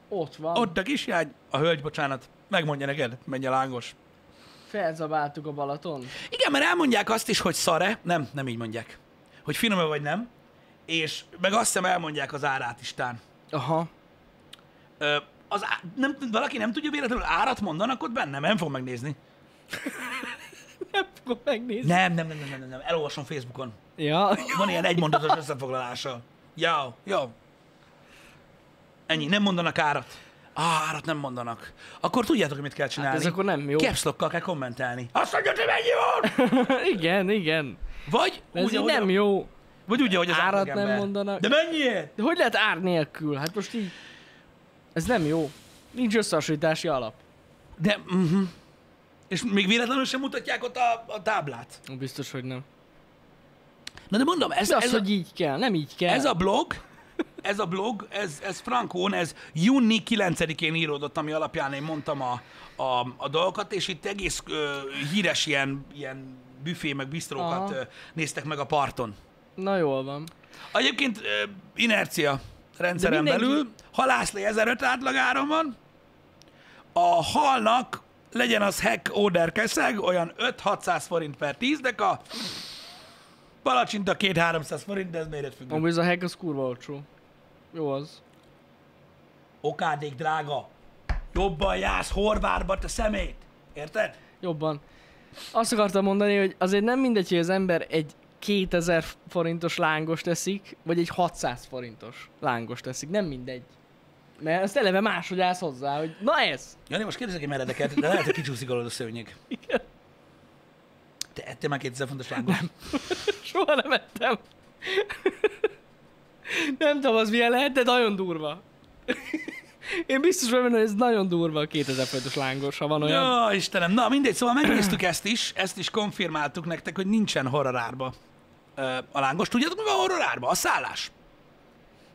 B: ott van. Ott.
A: Ott a kisjány. A hölgy, bocsánat. Megmondja neked. Menj a lángos.
B: Felzabáltuk a Balaton.
A: Igen, mert elmondják azt is, hogy szare. Nem, nem így mondják. Hogy finom vagy nem. És meg azt hiszem elmondják az árát istán.
B: Aha.
A: Ö, az á- nem, valaki nem tudja véletlenül árat mondanak ott benne, nem fog megnézni.
B: Nem fogom megnézni.
A: Nem, nem, nem, nem, nem, nem, elolvasom Facebookon.
B: Ja.
A: Van ilyen egymondatos összefoglalása. Jó, jó. Ennyi, nem mondanak árat. Á, árat nem mondanak. Akkor tudjátok, hogy mit kell csinálni.
B: Hát ez akkor nem jó.
A: Caps lockkal kell kommentelni. Azt mondja, hogy mennyi van!
B: igen, igen.
A: Vagy
B: De ez
A: úgy,
B: így
A: ahogy,
B: nem jó.
A: vagy úgy, ahogy az
B: Árat
A: átlagember.
B: nem mondanak.
A: De mennyiért?
B: De hogy lehet ár nélkül? Hát most így... Ez nem jó. Nincs összehasonlítási alap.
A: De, uh-huh. És még véletlenül sem mutatják ott a, a táblát.
B: Biztos, hogy nem.
A: Na de mondom, ez,
B: De az,
A: ez, a-
B: hogy így kell, nem így kell.
A: Ez a blog, ez a blog, ez, ez Frankón, ez júni 9-én íródott, ami alapján én mondtam a, a, a dolgokat, és itt egész ö, híres ilyen, ilyen büfé, meg bisztrókat
B: Aha.
A: ö, néztek meg a parton.
B: Na jól van.
A: Egyébként ö, inercia rendszeren
B: De
A: mindenki...
B: mindenki-
A: belül, halászlé 1005 átlagáron van, a halnak legyen az hack, oder, keszeg, olyan 5-600 forint per 10 deka, palacsinta 2-300 forint, de ez méretfüggő.
B: Amúgy ez a hack az kurva olcsó. Jó az.
A: okádék drága. Jobban jársz Horvárba, te szemét. Érted?
B: Jobban. Azt akartam mondani, hogy azért nem mindegy, hogy az ember egy 2000 forintos lángos teszik, vagy egy 600 forintos lángos teszik. Nem mindegy. Mert azt eleve máshogy állsz hozzá, hogy na ez.
A: Jani, most kérdezek egy meredeket, de lehet, hogy kicsúszik alól a szőnyeg.
B: Igen.
A: Te ettél már 2000 fontos lángos?
B: Soha nem ettem. nem tudom, az milyen lehet, de nagyon durva. Én biztos vagyok benne, hogy ez nagyon durva a 2000 forintos lángos, ha van olyan.
A: Jó, Istenem. Na, mindegy, szóval megnéztük ezt is, ezt is konfirmáltuk nektek, hogy nincsen horrorárba ö, a lángos. Tudjátok, mi van horrorárba? A szállás.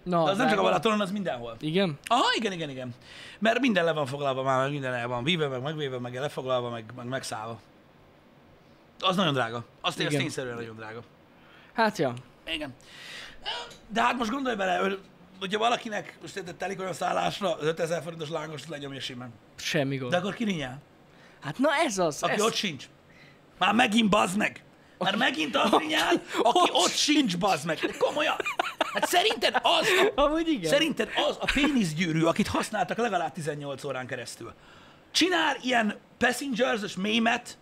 B: Na,
A: De az nem csak a
B: drága.
A: Balatonon, az mindenhol.
B: Igen?
A: Aha, igen, igen, igen. Mert minden le van foglalva már, meg minden el van víve, meg megvéve, meg lefoglalva, meg, meg megszállva. Az nagyon drága. Azt igen.
B: Igen.
A: tényszerűen nagyon drága.
B: Hát ja.
A: Igen. De hát most gondolj bele, hogy- hogyha valakinek most érted, telik olyan szállásra, az 5000 forintos lángos lenyomja simán.
B: Semmi
A: De
B: gond.
A: akkor kirinyel.
B: Hát na ez az.
A: Aki
B: ez...
A: ott sincs. Már megint bazd meg. Már megint az rinyál, aki ott,
B: ott
A: sincs bazd meg. De komolyan. Hát szerinted az, a,
B: Amúgy igen.
A: szerinted az a péniszgyűrű, akit használtak legalább 18 órán keresztül. Csinál ilyen passengers-ös mémet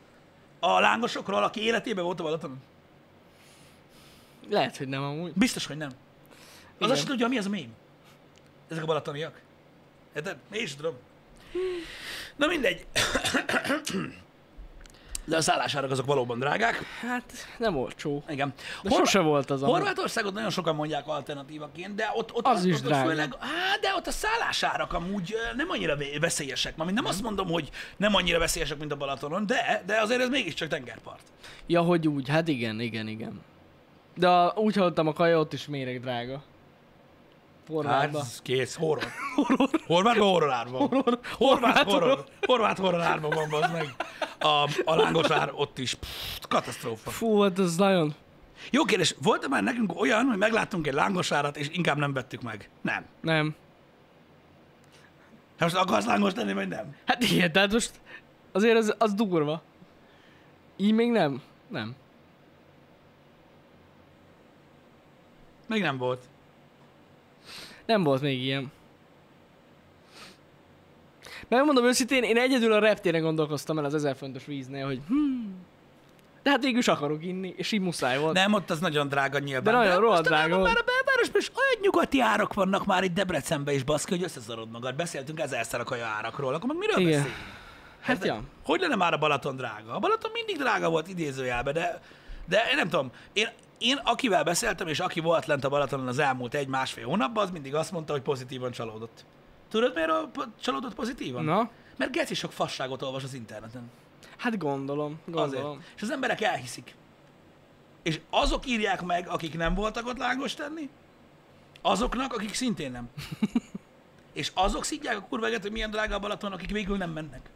A: a lángosokról, aki életében volt a Balatonon?
B: Lehet, hogy nem amúgy.
A: Biztos, hogy nem. Az
B: Igen.
A: azt se tudja, mi az a mém. Ezek a balatoniak. Érted? Én is tudom. Na mindegy. De a szállásárak azok valóban drágák.
B: Hát nem olcsó.
A: Igen.
B: De sose volt az Horvát...
A: Horvátországot nagyon sokan mondják alternatívaként, de ott, ott
B: Az
A: ott,
B: is
A: ott,
B: drága.
A: á, de ott a szállásárak amúgy ö, nem annyira vé- veszélyesek. Mármint nem azt mondom, hogy nem annyira veszélyesek, mint a Balatonon, de, de azért ez mégiscsak tengerpart.
B: Ja, hogy úgy, hát igen, igen, igen. De a, úgy hallottam, a kaja ott is méreg drága. Horvátba.
A: Hát, kész, horror. horror. Horvátban horror árban. Horror. Horvát
B: Horvát
A: horror. Horvát horror árban van, bazd meg. A, a lángos ár ott is. Pff, katasztrófa.
B: Fú, hát ez nagyon...
A: Jó kérdés, volt már nekünk olyan, hogy megláttunk egy lángos árat, és inkább nem vettük meg? Nem.
B: Nem.
A: Hát most akarsz lángos lenni, vagy nem?
B: Hát igen, tehát most azért az, az durva. Így még nem. Nem.
A: Még nem volt.
B: Nem volt még ilyen. Mert mondom őszintén, én egyedül a reptéren gondolkoztam el az 1000 fontos víznél, hogy hmm, de hát végül is akarok inni, és így muszáj volt.
A: Nem, ott az nagyon drága nyilván.
B: De nagyon rohadt
A: aztán
B: drága
A: nálunk
B: volt.
A: Már a belvárosban is olyan nyugati árak vannak már itt Debrecenben is, baszki, hogy összezarod magad. Beszéltünk ezerszer a kaja árakról, akkor meg miről
B: Igen.
A: beszélünk?
B: Hát ja.
A: Hogy lenne már a Balaton drága? A Balaton mindig drága volt idézőjelben, de, de én nem tudom. Én, én akivel beszéltem, és aki volt lent a Balatonon az elmúlt egy-másfél hónapban, az mindig azt mondta, hogy pozitívan csalódott. Tudod, miért a po- csalódott pozitívan?
B: Na,
A: Mert geci sok fasságot olvas az interneten.
B: hát gondolom,
A: Azért.
B: gondolom.
A: És az emberek elhiszik. És azok írják meg, akik nem voltak ott lángos tenni, azoknak, akik szintén nem. És azok szidják a kurveget, hogy milyen drága a Balaton, akik végül nem mennek.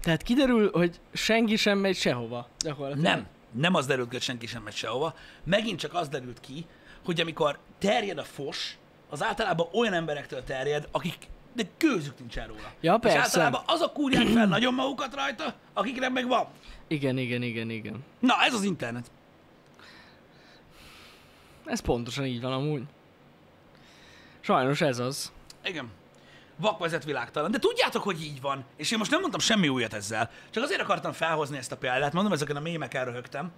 B: Tehát kiderül, hogy senki sem megy sehova gyakorlatilag.
A: Nem, nem az derült ki, hogy senki sem megy sehova. Megint csak az derült ki, hogy amikor terjed a fos, az általában olyan emberektől terjed, akik de kőzük nincsen róla.
B: Ja, persze.
A: És általában azok kúrják fel nagyon magukat rajta, akikre meg van.
B: Igen, igen, igen, igen.
A: Na, ez az internet.
B: Ez pontosan így van amúgy. Sajnos ez az.
A: Igen. Vakvezet világtalan. De tudjátok, hogy így van. És én most nem mondtam semmi újat ezzel. Csak azért akartam felhozni ezt a példát, mondom, ezeken a mémeken röhögtem,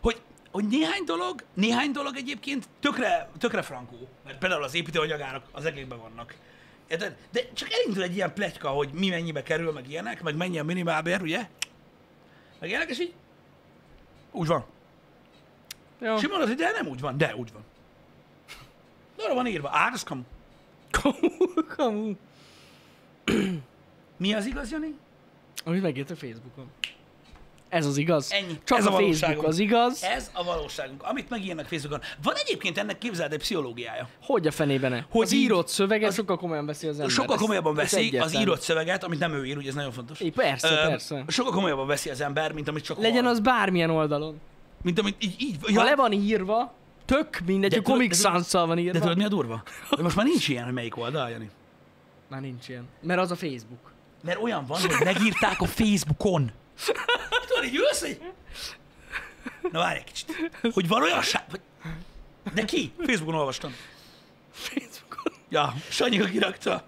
A: hogy, hogy néhány dolog, néhány dolog egyébként tökre, tökre frankó. Mert például az építőanyagárak az egékben vannak. Érted? De csak elindul egy ilyen pletyka, hogy mi mennyibe kerül, meg ilyenek, meg mennyi a minimálbér, ugye? Meg ilyenek, és így úgy van.
B: Jó.
A: Simon az, hogy de nem úgy van, de úgy van. De arra van írva, Á, ez kamu.
B: Kamu, kamu.
A: Mi az igaz, Jani?
B: Amit megírt a Facebookon. Ez az igaz.
A: Ennyi.
B: Csak
A: Ez
B: a,
A: a
B: Facebook
A: valóságunk.
B: az igaz.
A: Ez a valóságunk, amit megírnak Facebookon. Van egyébként ennek képzeld egy pszichológiája.
B: Hogy a fenében ne?
A: Hogy
B: az
A: így-
B: írott szöveget
A: az-
B: sokkal komolyan veszi az ember.
A: Sokkal
B: Ez-
A: komolyabban
B: ez
A: veszi az
B: egyértelmű.
A: írott szöveget, amit nem ő ír, ugye ez nagyon fontos.
B: É, persze,
A: Ö,
B: persze.
A: Sokkal komolyabban veszi az ember, mint amit csak
B: Legyen
A: hall.
B: az bármilyen oldalon.
A: Mint amit így, így
B: Ha le van írva, tök mindegy,
A: De
B: hogy
A: tudod-
B: Comic
A: de tudod-
B: Sans-szal van
A: De
B: írva.
A: tudod, mi a durva? De most már nincs ilyen, hogy melyik oldal, Jani.
B: Már nincs ilyen. Mert az a Facebook.
A: Mert olyan van, hogy megírták a Facebookon. Tudod, így ülsz, hogy... Na várj egy kicsit. Hogy van olyan sá... hogy- De ki? Facebookon olvastam.
B: Facebookon.
A: Ja, Sanyika kirakta.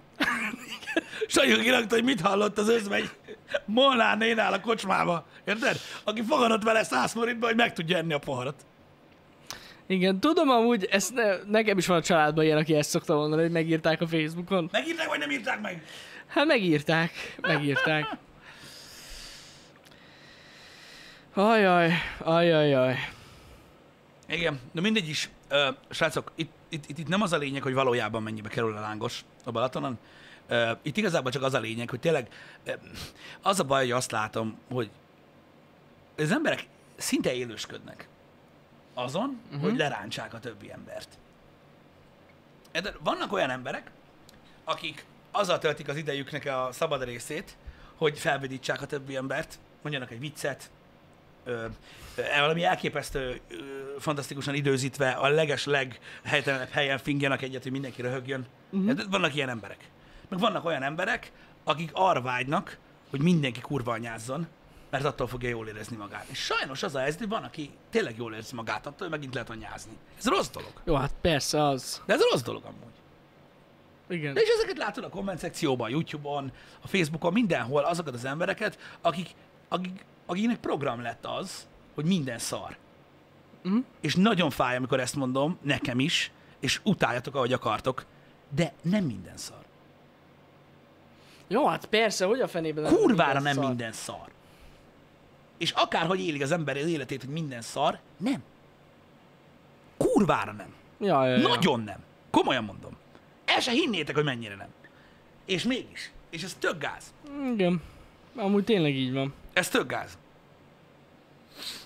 A: Sanyika kirakta, hogy mit hallott az özvegy Molnár nénál a kocsmába. Érted? Aki fogadott vele 100 forintba, hogy meg tudja enni a poharat.
B: Igen, tudom amúgy, ezt ne, nekem is van a családban ilyen, aki ezt szokta mondani, hogy megírták a Facebookon.
A: Megírták, vagy nem írták meg?
B: Hát megírták, megírták. Ajaj, ajaj, ajaj.
A: Igen, de mindegy is. Ö, srácok, itt, itt, itt, itt nem az a lényeg, hogy valójában mennyibe kerül a lángos a Balatonon. Ö, itt igazából csak az a lényeg, hogy tényleg ö, az a baj, hogy azt látom, hogy az emberek szinte élősködnek azon, uh-huh. hogy lerántsák a többi embert. Érted? Vannak olyan emberek, akik azzal töltik az idejüknek a szabad részét, hogy felvidítsák a többi embert, mondjanak egy viccet, ö, ö, valami elképesztő, ö, fantasztikusan időzítve a leges leghelytelenebb helyen fingjanak egyet, hogy mindenki röhögjön. Uh-huh. De vannak ilyen emberek. Meg vannak olyan emberek, akik arra vágynak, hogy mindenki kurva anyázzon, mert attól fogja jól érezni magát. És sajnos az a helyzet, hogy van, aki tényleg jól érzi magát, attól hogy megint lehet anyázni. Ez rossz dolog.
B: Jó, hát persze az.
A: De ez rossz dolog amúgy.
B: Igen.
A: De és ezeket látod a komment szekcióban, a YouTube-on, a Facebookon, mindenhol azokat az embereket, akik, akik, akiknek program lett az, hogy minden szar.
B: Mhm.
A: És nagyon fáj, amikor ezt mondom, nekem is, és utáljatok, ahogy akartok, de nem minden szar.
B: Jó, hát persze, hogy a fenében lenne
A: Kurvára nem
B: szar?
A: minden szar. És akárhogy élik az ember az életét, hogy minden szar, nem. Kurvára nem.
B: Ja, ja, ja.
A: Nagyon nem. Komolyan mondom. El se hinnétek, hogy mennyire nem. És mégis. És ez tök gáz.
B: Igen. Amúgy tényleg így van.
A: Ez tök gáz.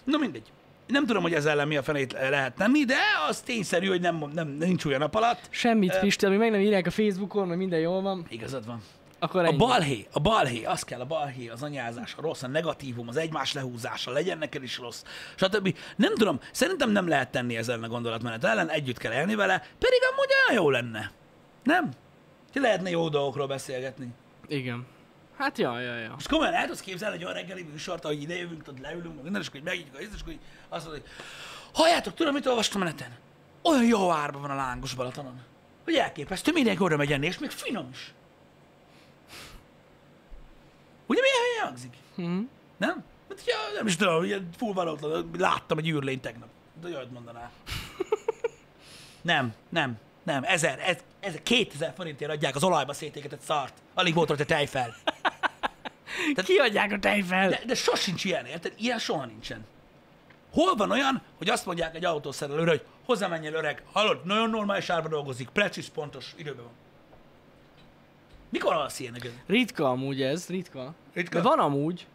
A: Na mindegy. Nem tudom, hogy ezzel ellen mi a fenét lehet tenni, de az tényszerű, hogy nem, nem nincs olyan nap alatt.
B: Semmit, Pisti, amíg meg nem írják a Facebookon, mert minden jól van,
A: Igazad van.
B: akkor
A: A
B: ennyi.
A: balhé, a balhé, az kell, a balhé, az anyázás, a rossz, a negatívum, az egymás lehúzása, legyen neked is rossz, stb. Nem tudom, szerintem nem lehet tenni ezzel ellen a gondolatmenet ellen, együtt kell élni vele, pedig amúgy olyan jó lenne. Nem? Ti lehetne jó dolgokról beszélgetni.
B: Igen. Hát ja, ja, ja.
A: Most komolyan el tudsz képzelni egy olyan reggeli műsort, ahogy idejövünk, tudod, leülünk, meg minden, és akkor így megnyitjuk a ízt, és akkor így azt mondod, hogy halljátok, tudom, mit olvastam a neten? Olyan jó árban van a lángos Balatonon, hogy elképesztő, mindenki oda megy enni, és még finom is. hülye hangzik. Nem? Hát, ja, nem is tudom, ilyen full valótlan. Láttam egy űrlényt tegnap. De jajt mondaná. nem, nem, nem. Ezer, ez, ez 2000 forintért adják az olajba szétégetett szart. Alig volt rajta tej fel.
B: Kiadják a tejfel!
A: De, de sosincs ilyen, érted? Ilyen soha nincsen. Hol van olyan, hogy azt mondják egy autószerelőre, hogy hozzá menj el öreg, hallod, nagyon normális árba dolgozik, precíz, pontos, időben van. Mikor alsz ilyeneket?
B: Ritka amúgy ez, ritka.
A: Ritka?
B: De van amúgy.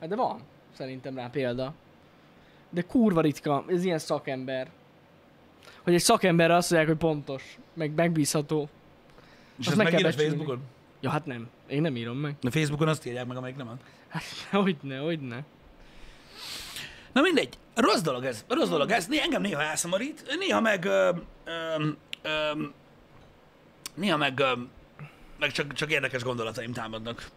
B: Hát de van, szerintem rá példa. De kurva ritka, ez ilyen szakember. Hogy egy szakember azt mondják, hogy pontos, meg megbízható.
A: És
B: Azt
A: ezt
B: meg kell
A: megírod
B: becsülni.
A: Facebookon?
B: Ja, hát nem. Én nem írom meg.
A: Na Facebookon azt írják meg, amelyik nem ad.
B: Hát hogy ne, hogy ne.
A: Na mindegy, rossz dolog ez, rossz dolog ez. Né- Engem néha elszamarít, néha meg... Öm, öm, öm, néha meg, öm, meg csak, csak érdekes gondolataim támadnak.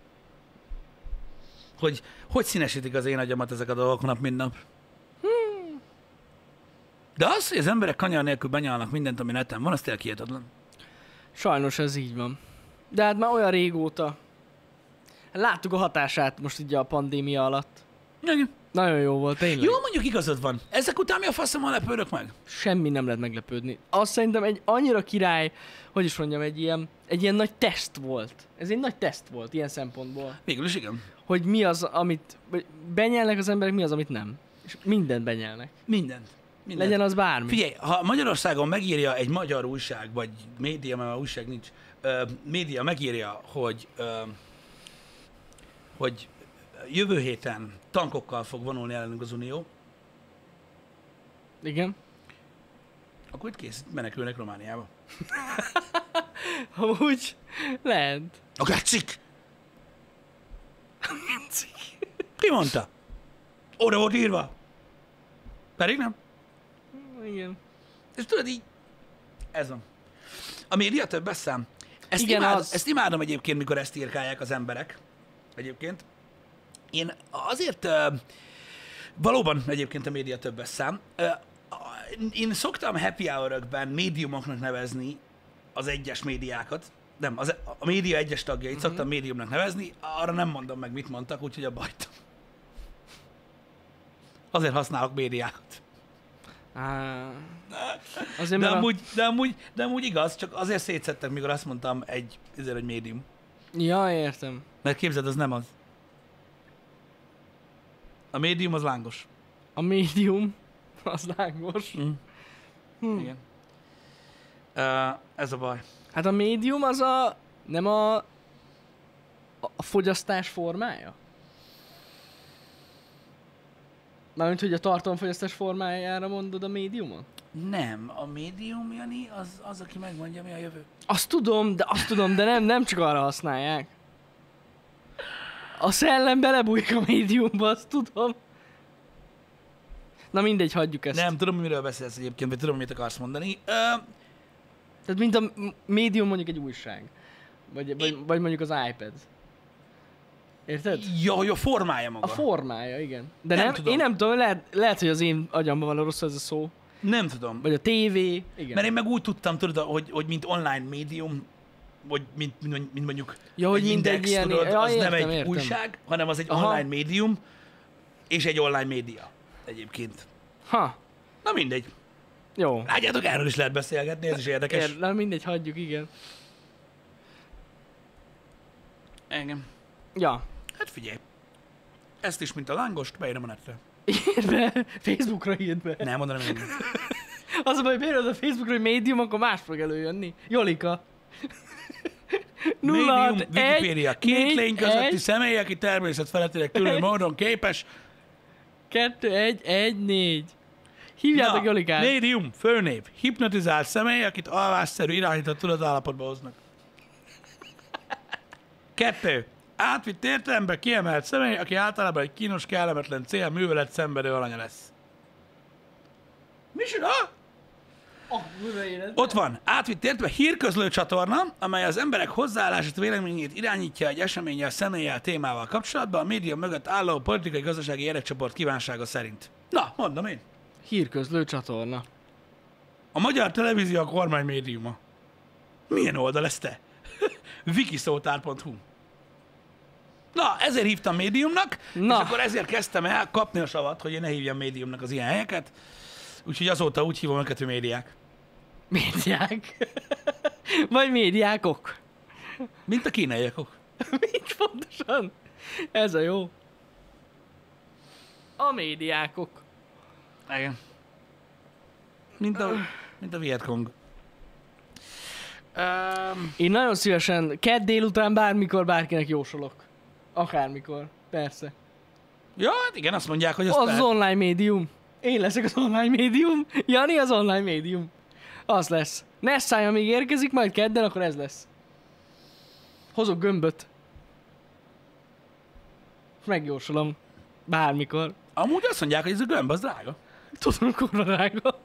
A: Hogy hogy színesítik az én agyamat ezek a dolgok nap, mint nap. De az, hogy az emberek kanyar nélkül benyalnak mindent, ami neten van, az tényleg hihetetlen.
B: Sajnos ez így van. De hát már olyan régóta. Láttuk a hatását most így a pandémia alatt.
A: Igen.
B: Nagyon jó volt, tényleg.
A: Jó, mondjuk igazad van. Ezek után mi a faszommal lepődök meg?
B: semmi nem lehet meglepődni. Azt szerintem egy annyira király, hogy is mondjam, egy ilyen, egy ilyen nagy teszt volt. Ez egy nagy teszt volt ilyen szempontból,
A: Végül is igen.
B: hogy mi az, amit vagy benyelnek az emberek, mi az, amit nem. És mindent benyelnek.
A: Mindent. Mindent.
B: Legyen az bármi.
A: Figyelj, ha Magyarországon megírja egy magyar újság, vagy média, mert már újság nincs, ö, média megírja, hogy, ö, hogy jövő héten tankokkal fog vonulni ellenünk az Unió,
B: Igen.
A: akkor itt kész, menekülnek Romániába.
B: Amúgy lehet.
A: A gecik! Ki mondta? Oda volt írva. Pedig nem.
B: Igen.
A: És tudod így, ez van. A média több szám. Ezt,
B: Igen,
A: Igen, imád,
B: az.
A: az... ezt imádom egyébként, mikor ezt írkálják az emberek. Egyébként. Én azért ö, valóban egyébként a média több szám. Ö, a- Én szoktam happy hour-ökben médiumoknak nevezni az egyes médiákat. Nem, az, a média egyes tagjait
B: Mhm.
A: uh-huh. szoktam médiumnak nevezni, arra nem mondom meg, mit mondtak, úgyhogy abba hagytam. Azért használok médiákat.
B: Á, azért,
A: De
B: mert
A: amúgy, de, amúgy, de amúgy igaz, csak azért szétszettek, mikor azt mondtam egy, ezért egy médium.
B: A... Ja, értem.
A: Mert képzeld, az nem az. A médium az lángos.
B: A médium, az lángos. Hmm.
A: Hm. Igen. Uh, ez a baj.
B: Hát a médium az a... Nem a... a- A fogyasztás formája? Mármint, hogy a tartalomfogyasztás formájára mondod a médiumot?
A: Nem, a médium, Jani, az, az aki megmondja, mi a jövő.
B: Azt tudom, de azt tudom, de nem, nem csak arra használják. A szellem belebújik a médiumba, azt tudom. Na mindegy, hagyjuk ezt.
A: Nem, tudom, miről beszélsz egyébként, vagy tudom, mit akarsz mondani. Ö,
B: Tehát mint a m- médium mondjuk egy újság. Vagy, vagy, vagy mondjuk az iPad. Érted?
A: ja, hogy a formája maga.
B: A formája, igen. De nem,
A: Nem
B: nem
A: tudom.
B: én nem tudom, lehet, lehet, hogy az én agyamban van rossz ez a szó.
A: nem tudom.
B: Vagy a tévé. Igen.
A: Mert én meg úgy tudtam, tudod, hogy, hogy mint online médium, vagy mint, mint, mint mondjuk
B: Ja, hogy
A: egy
B: mint egy
A: index,
B: ilyen-
A: tudod,
B: ja,
A: az nem
B: értem,
A: egy
B: értem.
A: újság, hanem az egy
B: Aha.
A: online médium, és egy online média egyébként.
B: Ha,
A: Na mindegy.
B: jó.
A: Látjátok, erről is lehet beszélgetni, ez is érdekes.
B: Ér, na mindegy, hagyjuk, igen.
A: Engem.
B: Ja.
A: Hát figyelj. Ezt is, mint a lángost, beírom a netre.
B: Írd be, Facebookra írd be.
A: Nem, mondanám én.
B: Az a baj, hogy beírod a Facebookra, hogy médium, akkor más fog előjönni. Jolika. Nulla,
A: Médium,
B: hat, egy,
A: Wikipédia. Két
B: négy,
A: lény közötti
B: egy,
A: személy, aki természetfeletileg tűnő
B: Egy.
A: módon képes.
B: Kettő, egy, egy, négy.
A: Na,
B: Hívjátok Jolikát.
A: médium, főnév, hipnotizált személy, akit alvásszerű irányított tudatállapotba hoznak. Kettő. Átvitt értelembe kiemelt személy, aki általában egy kínos, kellemetlen cél művelet szenvedő alanya lesz. Micsoda? Ott van. Átvitt értelembe hírközlő csatorna, amely az emberek hozzáállását, véleményét irányítja egy eseménnyel, személlyel, témával kapcsolatban, a média mögött álló politikai, gazdasági érdekcsoport kívánsága szerint. Na, mondom én.
B: Hírközlő csatorna.
A: A magyar televízió a kormány médiuma. Milyen oldal ez te? Wikiszótár.hu Na, ezért hívtam médiumnak,
B: Na.
A: és akkor ezért kezdtem el kapni a savat, hogy én ne hívjam médiumnak az ilyen helyeket. Úgyhogy azóta úgy hívom őket, hogy médiák.
B: Médiák. Vagy médiákok.
A: Mint a kínaiakok.
B: Mint pontosan. Ez a jó. A médiákok.
A: Igen. Mint a, mint a Vietcong. Um,
B: Én nagyon szívesen kedd délután bármikor bárkinek jósolok. Akármikor. Persze.
A: ja, hát igen, azt mondják, hogy azt
B: Az, az online médium. Én leszek az online médium. Jani az online médium. Az lesz. Nessája még érkezik, majd kedden, akkor ez lesz. Hozok gömböt. És Megjósolom. Bármikor.
A: Amúgy azt mondják, hogy ez a gömb, az drága.
B: Tudom, kurva drága.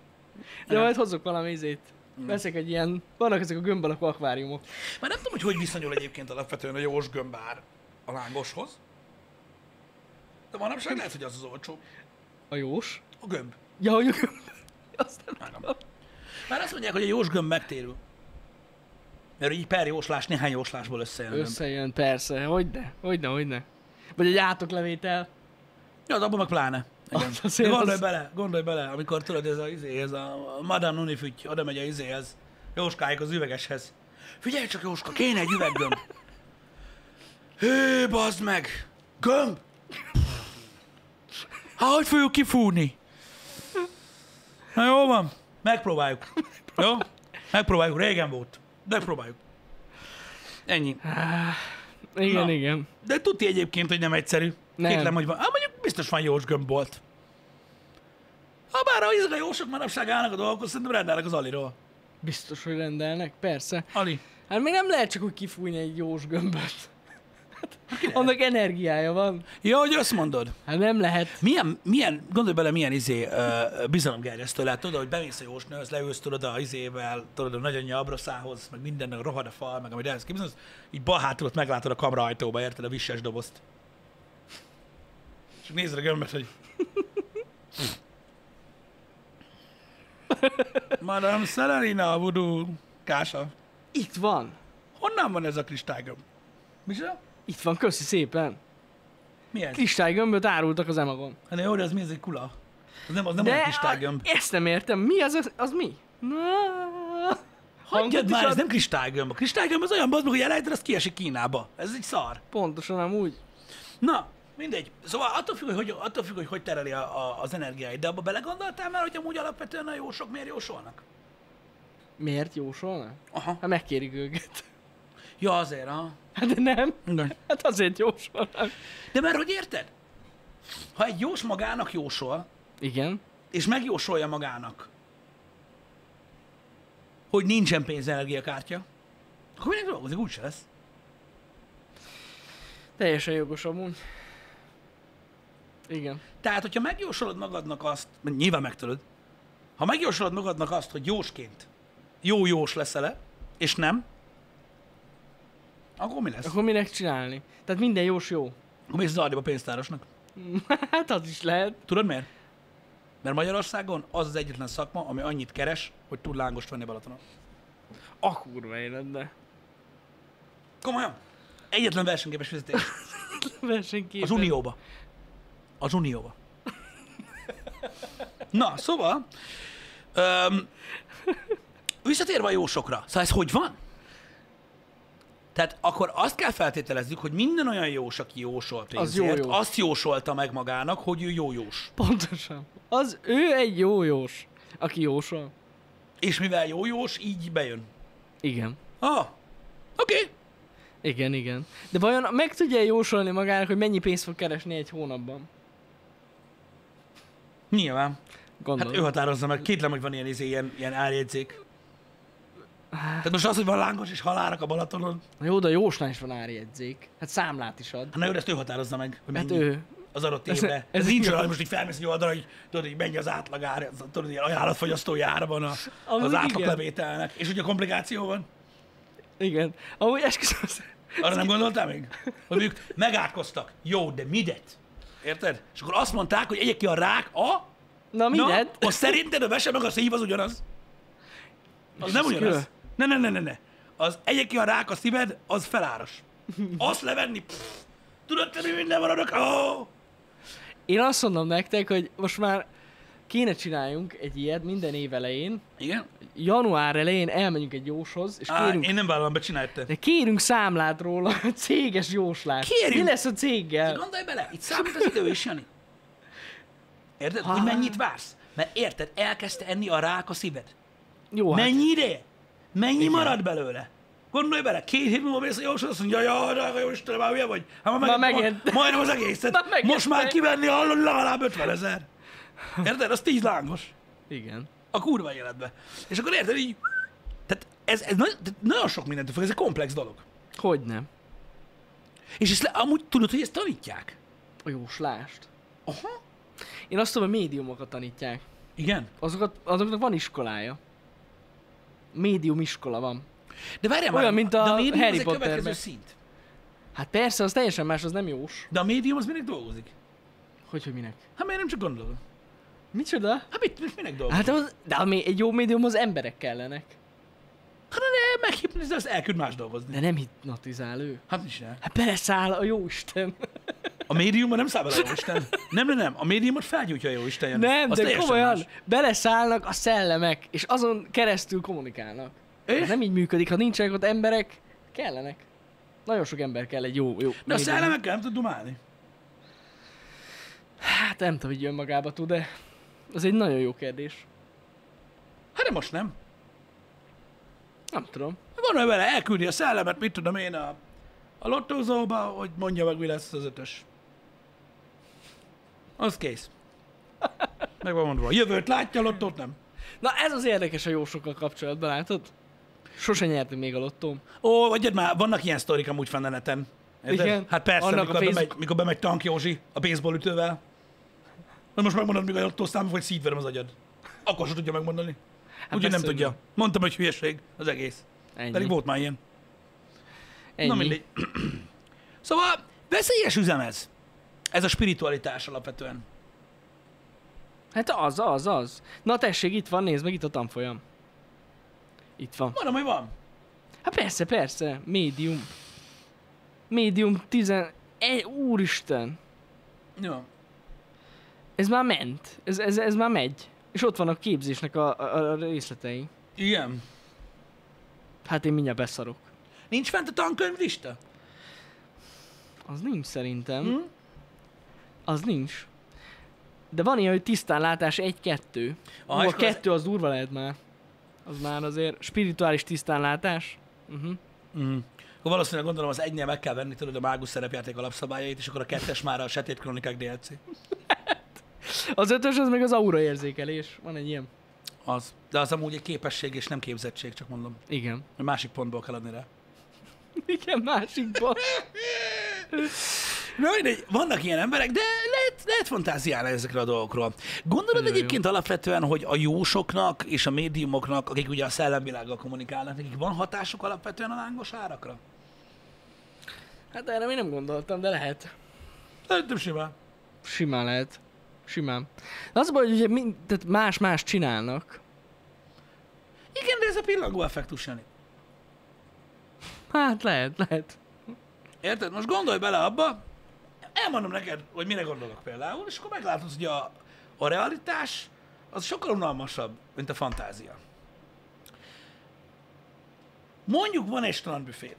B: De majd hozok valami izét. Veszek egy ilyen, vannak ezek a gömb alakú akváriumok.
A: Már nem tudom, hogy hogy viszonyul egyébként alapvetően a jós gömbár a lángoshoz. De manapság lehet, hogy az az olcsó.
B: A jós.
A: A gömb.
B: Ja, hogy a gömb. Azt nem
A: Már nem. Már azt mondják, hogy a jós gömb megtérül. Mert így per jóslás, néhány jóslásból összejön. a gömb.
B: Összejön, persze. Hogyne, hogyne, hogyne. Vagy egy átoklevétel.
A: Ja, de abban meg pláne. Igen.
B: Az azért
A: De gondolj
B: az-
A: bele, gondolj bele, amikor tudod, ez a, izé, ez a Madame Nuni füty, oda megy a izéhez, Jóskáig az üvegeshez. Figyelj csak, Jóska, kéne egy üveggömb. Hé, bazd meg! Gömb! Hát, hogy fogjuk kifúrni? Na jó van, megpróbáljuk. Jó? Megpróbáljuk, régen volt. Megpróbáljuk. Ennyi.
B: Igen,
A: Na.
B: igen.
A: De tudti egyébként, hogy nem egyszerű.
B: Nem.
A: Nem. Kétlem, hogy van. Á, mondjuk biztos van jós gömbolt. Ha bár ahogy ezek a jósok manapság állnak a dolgokhoz, szerintem rendelnek az Aliról.
B: Biztos, hogy rendelnek, persze.
A: Ali.
B: Hát még nem lehet csak úgy kifújni egy jós gömböt. Hát, annak energiája van.
A: Ja, hogy azt mondod.
B: Hát nem lehet.
A: Milyen, milyen gondolj bele, milyen izé, ö, bizalomgerjesztő lehet, tudod, hogy bemész a jósnőhöz, leülsz, tudod, a izével, tudod, a nagyanyja abroszához, meg minden, meg rohad a fal, meg amit ehhez képzelsz, így bal hátulat meglátod a kamra ajtóba, érted a visses dobozt. És nézd a gömbet, hogy... Madame Selenina Voodoo Kása.
B: Itt van.
A: Honnan van ez a kristálygömb? Micsoda?
B: Itt van, köszi szépen.
A: Mi ez?
B: Kristálygömböt árultak az emagon.
A: Hát de jó, de az mi ez egy kula? Az nem, az nem olyan
B: De
A: kristálygömb.
B: a, ezt nem értem. Mi az, az, az mi? Na, hangod
A: Hagyjad
B: is
A: már,
B: ad-
A: ez nem kristálygömb. A kristálygömb az olyan bazd meg, hogy elejted, az kiesik Kínába. Ez egy szar.
B: Pontosan nem úgy.
A: Na, mindegy. Szóval attól függ, hogy hogy, attól függ, hogy, hogy tereli a, a, az energiáid. De abba belegondoltál már, hogy amúgy alapvetően a jósok miért jósolnak?
B: Miért jósolna?
A: Aha.
B: Hát megkérik őket.
A: Ja, azért, ha.
B: Hát de nem.
A: Igen.
B: Hát azért jósolnak.
A: De mert hogy érted? Ha egy jós magának jósol,
B: Igen.
A: és megjósolja magának, hogy nincsen pénz energiakártya, akkor minek dolgozik, úgyse lesz.
B: Teljesen jogos amúgy. Igen.
A: Tehát, hogyha megjósolod magadnak azt, mert nyilván megtudod, ha megjósolod magadnak azt, hogy jósként jó jós leszel-e, és nem, akkor mi lesz? Akkor
B: Akkor minek csinálni? Tehát minden jós jó.
A: mész az a pénztárosnak.
B: Hát az is lehet.
A: Tudod miért? Mert Magyarországon az az egyetlen szakma, ami annyit keres, hogy tud lángost venni Balatonon.
B: A kurva élet, de.
A: Komolyan? Egyetlen versenyképes fizetés.
B: Versenyképes.
A: Az Unióba. Az Unióba. Na, szóval, öm, visszatérve a jósokra, szóval ez hogy van? Tehát akkor azt kell feltételezzük, hogy minden olyan jós, aki jósol pénzért, az
B: jó
A: jó
B: jós.
A: azt jósolta meg magának, hogy ő jó jós.
B: Pontosan. Az ő egy jó jós, aki jósol.
A: És mivel jó jós, így bejön.
B: Igen.
A: Ah, oké. Okay.
B: Igen, igen. De vajon meg tudja jósolni magának, hogy mennyi pénzt fog keresni egy hónapban?
A: Nyilván. Hát
B: Gondolom.
A: ő határozza meg. Kétlem, hogy van ilyen, izé, ilyen, ilyen árjegyzék. Tehát most az, hogy van lángos és halálak a Balatonon,
B: Na jó, de a jósnál is van árjegyzék. Hát számlát is ad.
A: hát na jó, de ezt ő határozza meg, hogy
B: Hát
A: mennyi.
B: ő.
A: az adott
B: Ez-
A: évre. Ez,
B: ez
A: ez nincs
B: igaz.
A: olyan, hogy most így felmész egy oldalra, hogy tudod, hogy mennyi az átlag ár, az- tudod, ilyen ajánlatfogyasztói ára van a,
B: Amúgy
A: az
B: igen.
A: átlaglevételnek. És ugye komplikáció van?
B: Igen. Amúgy esküszöm.
A: Arra nem gondoltál még? Hogy ők megátkoztak. Jó, de midet? Érted? És akkor azt mondták, hogy egyek ki a rák a...
B: Na mindent?
A: Na, az szerinted a vese meg a szív az ugyanaz? Az
B: És
A: nem
B: az külön?
A: ugyanaz. Ne, ne, ne, ne, ne. Az egyek ki a rák a szíved, az feláras. Azt levenni, pff, Tudod, te mi minden van adok? Oh!
B: Én azt mondom nektek, hogy most már kéne csináljunk egy ilyet minden év elején.
A: Igen?
B: Január elején elmegyünk egy jóshoz, és
A: Á,
B: kérünk,
A: én nem vállalom be, csinálj te.
B: de kérünk számlát róla, céges jóslát.
A: Kérjünk!
B: Mi lesz a céggel?
A: Gondolj bele, itt számít az idő is, Jani. Érted? Hogy
B: Ah.
A: mennyit vársz? Mert érted, elkezdte enni a rák a szíved.
B: Jó, hát
A: Mennyi ideje? Mennyi marad belőle? Gondolj bele, két hét múlva mész a jóshoz, azt mondja, jaj, drága jó Istenem, már hülye vagy? Hát már,
B: Már
A: meg,
B: megint.
A: majdnem az egészet.
B: Már megint.
A: Most már kivenni hallod legalább 50 ezer. Érted? Az 10 lángos.
B: igen.
A: A kurva életbe. És akkor érted, így... Tehát ez, ez nagyon, tehát nagyon sok mindent fog, ez egy komplex dolog.
B: Hogy nem?
A: És ezt le, amúgy tudod, hogy ezt tanítják?
B: A jóslást.
A: Aha.
B: Én azt tudom, hogy médiumokat tanítják.
A: Igen.
B: Azokat, azoknak van iskolája. Médium iskola van.
A: De várjál
B: Olyan,
A: már,
B: mint
A: de
B: a
A: médium
B: Harry
A: az egy következő
B: Potterben.
A: szint.
B: Hát persze, az teljesen más, az nem jós.
A: De a médium az minek dolgozik?
B: Hogy, hogy minek?
A: Hát miért nem csak gondolom?
B: Micsoda?
A: Hát mit, mit minek dolgozik?
B: Hát az, de a mé- egy jó médiumhoz emberek kellenek.
A: Hát de meghipnotizni, azt elküld más dolgozni.
B: De nem hipnotizál ő.
A: Hát mit csinál?
B: Hát beleszáll a jóisten.
A: A médiumban nem száll bele a Jóisten. Nem, nem, nem. A médiumot felgyújtja a Jóisten. Jani.
B: Nem,
A: Az
B: de
A: teljesen
B: komolyan.
A: más.
B: Beleszállnak a szellemek, és azon keresztül kommunikálnak.
A: És?
B: Ez nem így működik, ha nincsenek ott emberek, kellenek. Nagyon sok ember kell egy jó, jó.
A: De a
B: médium.
A: szellemekkel nem tud dumálni.
B: Hát nem tudom, hogy önmagába tud, de az egy nagyon jó kérdés.
A: Hát de most nem.
B: Nem tudom.
A: Gondolj vele, elküldi a szellemet, mit tudom én, a, a lottózóba, hogy mondja meg, mi lesz az ötös. Az kész. Meg van mondva. Jövőt látja, a lottót nem.
B: Na ez az érdekes a jósokkal kapcsolatban, látod? Sose nyertünk még a lottóm.
A: Ó, vagy már vannak ilyen sztorik amúgy fenn a neten. Érted?
B: Igen.
A: Hát persze,
B: Annak a
A: mikor,
B: Facebook-
A: bemegy, mikor bemegy Tank Józsi a baseball ütővel. Na most megmondod, mikor ott számú, vagy szívverem az agyad. Akkor sem tudja megmondani. Hát Ugye nem
B: persze, hogy
A: tudja.
B: nem.
A: Mondtam, hogy hülyeség az egész.
B: Ennyi.
A: Pedig volt már ilyen.
B: Ennyi.
A: Na mindegy. szóval veszélyes üzem ez. Ez a spiritualitás alapvetően.
B: Hát az, az, az. Na tessék, itt van, nézd meg, itt a tanfolyam. Itt van.
A: Mondom, hogy van.
B: Hát persze, persze. Médium. Médium 11... Úristen.
A: Jó.
B: Ez már ment. Ez, ez, ez már megy. És ott van a képzésnek a, a, a részletei.
A: Igen.
B: Hát én mindjárt beszarok.
A: Nincs fent a tankönyvlista?
B: Az nincs szerintem.
A: Hm?
B: Az nincs. De van ilyen, hogy tisztán látás
A: Ah,
B: 1-2. Ah,
A: és
B: a
A: akkor az-
B: kettő az durva lehet már. Az már azért spirituális tisztánlátás. Uh-huh.
A: Mm. Akkor valószínűleg gondolom az egynél meg kell venni, tudod, a mágus szerepjáték alapszabályait, és akkor a kettes már a Sötét Kronikák DLC.
B: Az ötös az még az aura érzékelés. Van egy ilyen.
A: Az. De az amúgy egy képesség és nem képzettség, csak mondom.
B: Igen.
A: Egy másik pontból kell adni rá.
B: Igen, másikban.
A: Na mindegy, vannak ilyen emberek, de lehet, lehet fantáziálni ezekre a dolgokról. Gondolod
B: Nagyon jó.
A: egyébként alapvetően, hogy a jósoknak és a médiumoknak, akik ugye a szellemvilággal kommunikálnak, nekik van hatásuk alapvetően a lángos árakra?
B: Hát erre még nem gondoltam, de lehet.
A: Szerintem simán.
B: Simán lehet. Simán. De az a baj, hogy ugye mind, tehát más-más csinálnak.
A: Igen, de ez a pillangó effektus, Jani.
B: Hát lehet, lehet.
A: Érted? Most gondolj bele abba, elmondom neked, hogy mire gondolok például, és akkor meglátod, hogy a, a realitás az sokkal unalmasabb, mint a fantázia. Mondjuk van egy strandbüféd.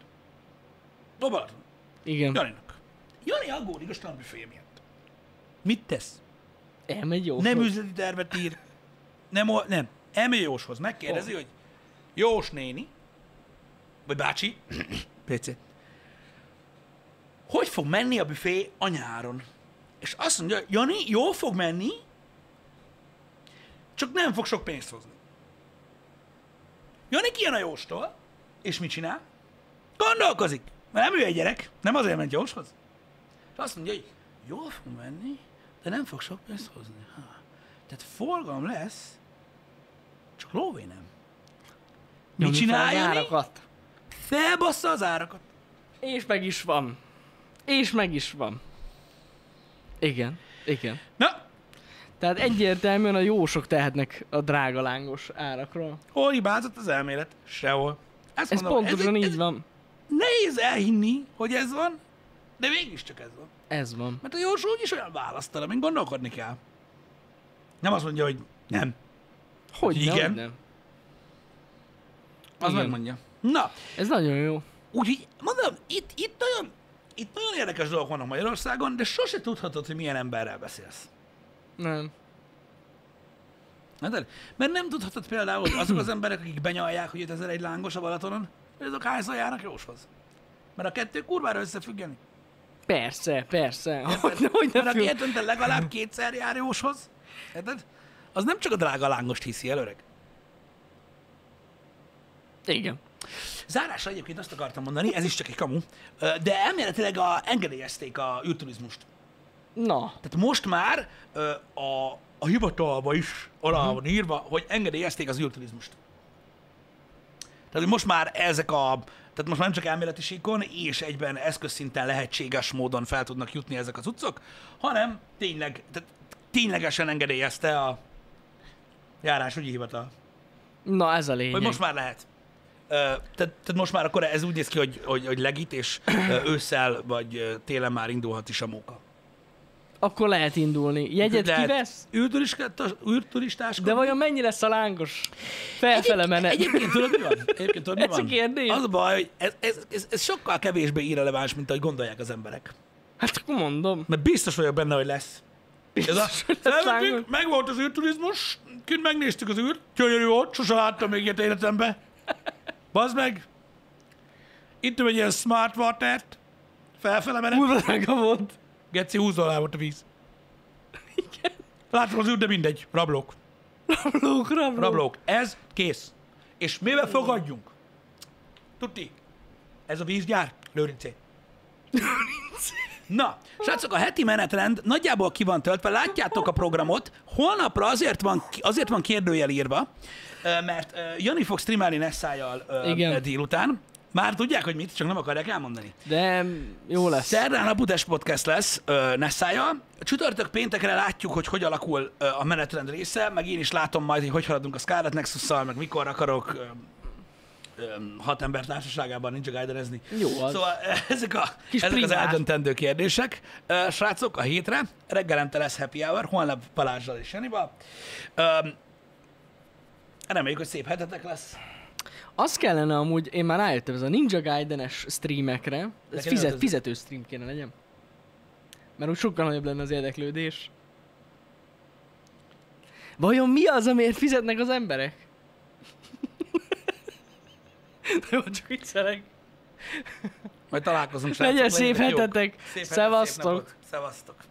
A: Dobalaton.
B: Igen.
A: Janinak. Jani aggódik a strandbüfé miatt. Mit tesz?
B: Elmegy jó.
A: Nem üzleti tervet ír. Nem, o- nem. Elmegy Jóshoz. Megkérdezi,
B: Ó.
A: hogy Jós néni, vagy bácsi, PC, hogy fog menni a büfé anyáron? És azt mondja, Jani, jól fog menni, csak nem fog sok pénzt hozni. Jani kijön a Jóstól, és mit csinál? Gondolkozik, mert nem ő egy gyerek, nem azért ment Jóshoz. És azt mondja, hogy jól fog menni, de nem fog sok pénzt hozni. Ha. Tehát forgalom lesz, csak lóvé nem. Mit csinál Jani?
B: Árakat.
A: Felbassza az árakat.
B: És meg is van. És meg is van. Igen. Igen.
A: Na,
B: Tehát egyértelműen a jósok tehetnek a drága lángos árakról.
A: hol hibázott az elmélet? Sehol. Ezt
B: Ez
A: mondom,
B: pontosan
A: egy-
B: így van.
A: Nehéz elhinni, hogy ez van, De mégiscsak ez van.
B: Ez van.
A: Mert a Józsó úgyis olyan választal, amin gondolkodni kell. Nem azt mondja, hogy nem.
B: Hogy
A: Hát
B: ne,
A: igen.
B: Hogy nem.
A: Az
B: Igen.
A: megmondja. Na,
B: Ez nagyon jó.
A: úgyhogy mondom, itt, itt nagyon, itt nagyon érdekes dolgok vannak Magyarországon, de sose tudhatod, hogy milyen emberrel beszélsz.
B: Nem.
A: Érted? Mert nem tudhatod például, hogy azok az emberek, akik benyalják, hogy 5001 lángos a Balatonon, hogy azok hányszor járnak Jóshoz. Mert a kettő kurvára összefüggeni.
B: Persze, persze. Hogy, hogy
A: Mert
B: ne
A: aki
B: függ.
A: hetente legalább kétszer jár Jóshoz, érted? Az nem csak a drága lángost hiszi el, öreg.
B: Igen.
A: Zárásra egyébként azt akartam mondani, ez is csak egy kamu, ö, de elméletileg a, engedélyezték a űrturizmust.
B: Na,
A: Tehát most már ö, a, a hivatalba is alá van írva, hogy engedélyezték az űrturizmust. Tehát, hogy most már ezek a, tehát most már nem csak elméleti síkon, és egyben eszközszinten lehetséges módon fel tudnak jutni ezek az utcok, hanem tényleg, tehát ténylegesen engedélyezte a járásügyi hivatal.
B: na ez a lényeg.
A: Hogy most már lehet. Ö, tehát, tehát most már akkor ez úgy néz ki, hogy, hogy, hogy legit, és ö, ősszel vagy ö, télen már indulhat is a móka.
B: Akkor lehet indulni. Jegyet
A: Lehet
B: kivesz?
A: űrturista- űrturistáskodni?
B: De vajon mennyi lesz a lángos? Felfele menet.
A: Egyébként tudod, mi van? Egyébként tudod, mi
B: Ez a
A: van?
B: kérdés.
A: Az a baj, hogy ez, ez, ez, ez sokkal kevésbé irreleváns, mint ahogy gondolják az emberek.
B: Hát akkor mondom.
A: Mert biztos vagyok benne, hogy lesz. Ez a,
B: Biztos, hogy lesz lángos.
A: Felmentünk, megvolt az űrturizmus, kint megnéztük az űrt, gyönyörű volt, sose láttam még ilyet életemben. Bazd meg! Ittem egy ilyen smart watert, felfele menet,
B: Kurva drága volt.
A: Geci, 20 dollár volt a víz.
B: Igen.
A: Látom az űrt, de mindegy, rablók.
B: Rablók, rablók.
A: Rablók, ez kész. És mivel fogadjunk? Tuti, ez a vízgyár Lőrincé. Na, srácok, a heti menetrend nagyjából ki van töltve, látjátok a programot. Holnapra azért van, azért van kérdőjel írva, ö, mert ö, Jani fog streamelni Nessájjal ö,
B: Igen.
A: ö, délután. Már tudják, hogy mit, csak nem akarják elmondani.
B: De jó lesz.
A: Szerdán a Budapest Podcast lesz ö, Nessája. Csütörtök péntekre látjuk, hogy hogy alakul ö, a menetrend része, meg én is látom majd, hogy hogy haladunk a Scarlet Nexus-szal, meg mikor akarok ö, ö, hat ember társaságában ninja gájderezni.
B: Jó az.
A: Szóval ö, ezek, a,
B: Kis
A: ezek az
B: primás.
A: eldöntendő kérdések. Ö, srácok, a hétre reggelente lesz happy hour, holnap Balázsral és Janival. Ö, reméljük, hogy szép hetetek lesz.
B: Azt kellene amúgy, én már rájöttem, ez a Ninja Gaiden-es streamekre, ez
A: Neked
B: fizet,
A: ez-
B: fizető stream kéne legyen. Mert úgy sokkal nagyobb lenne az érdeklődés. Vajon mi az, amiért fizetnek az emberek? De jó, csak viccelek.
A: Majd találkozunk.
B: Legyen
A: srácok,
B: szép
A: legyetek jók.
B: hetetek.
A: Szép hetet, szép
B: Szevasztok.
A: napot. Szevasztok.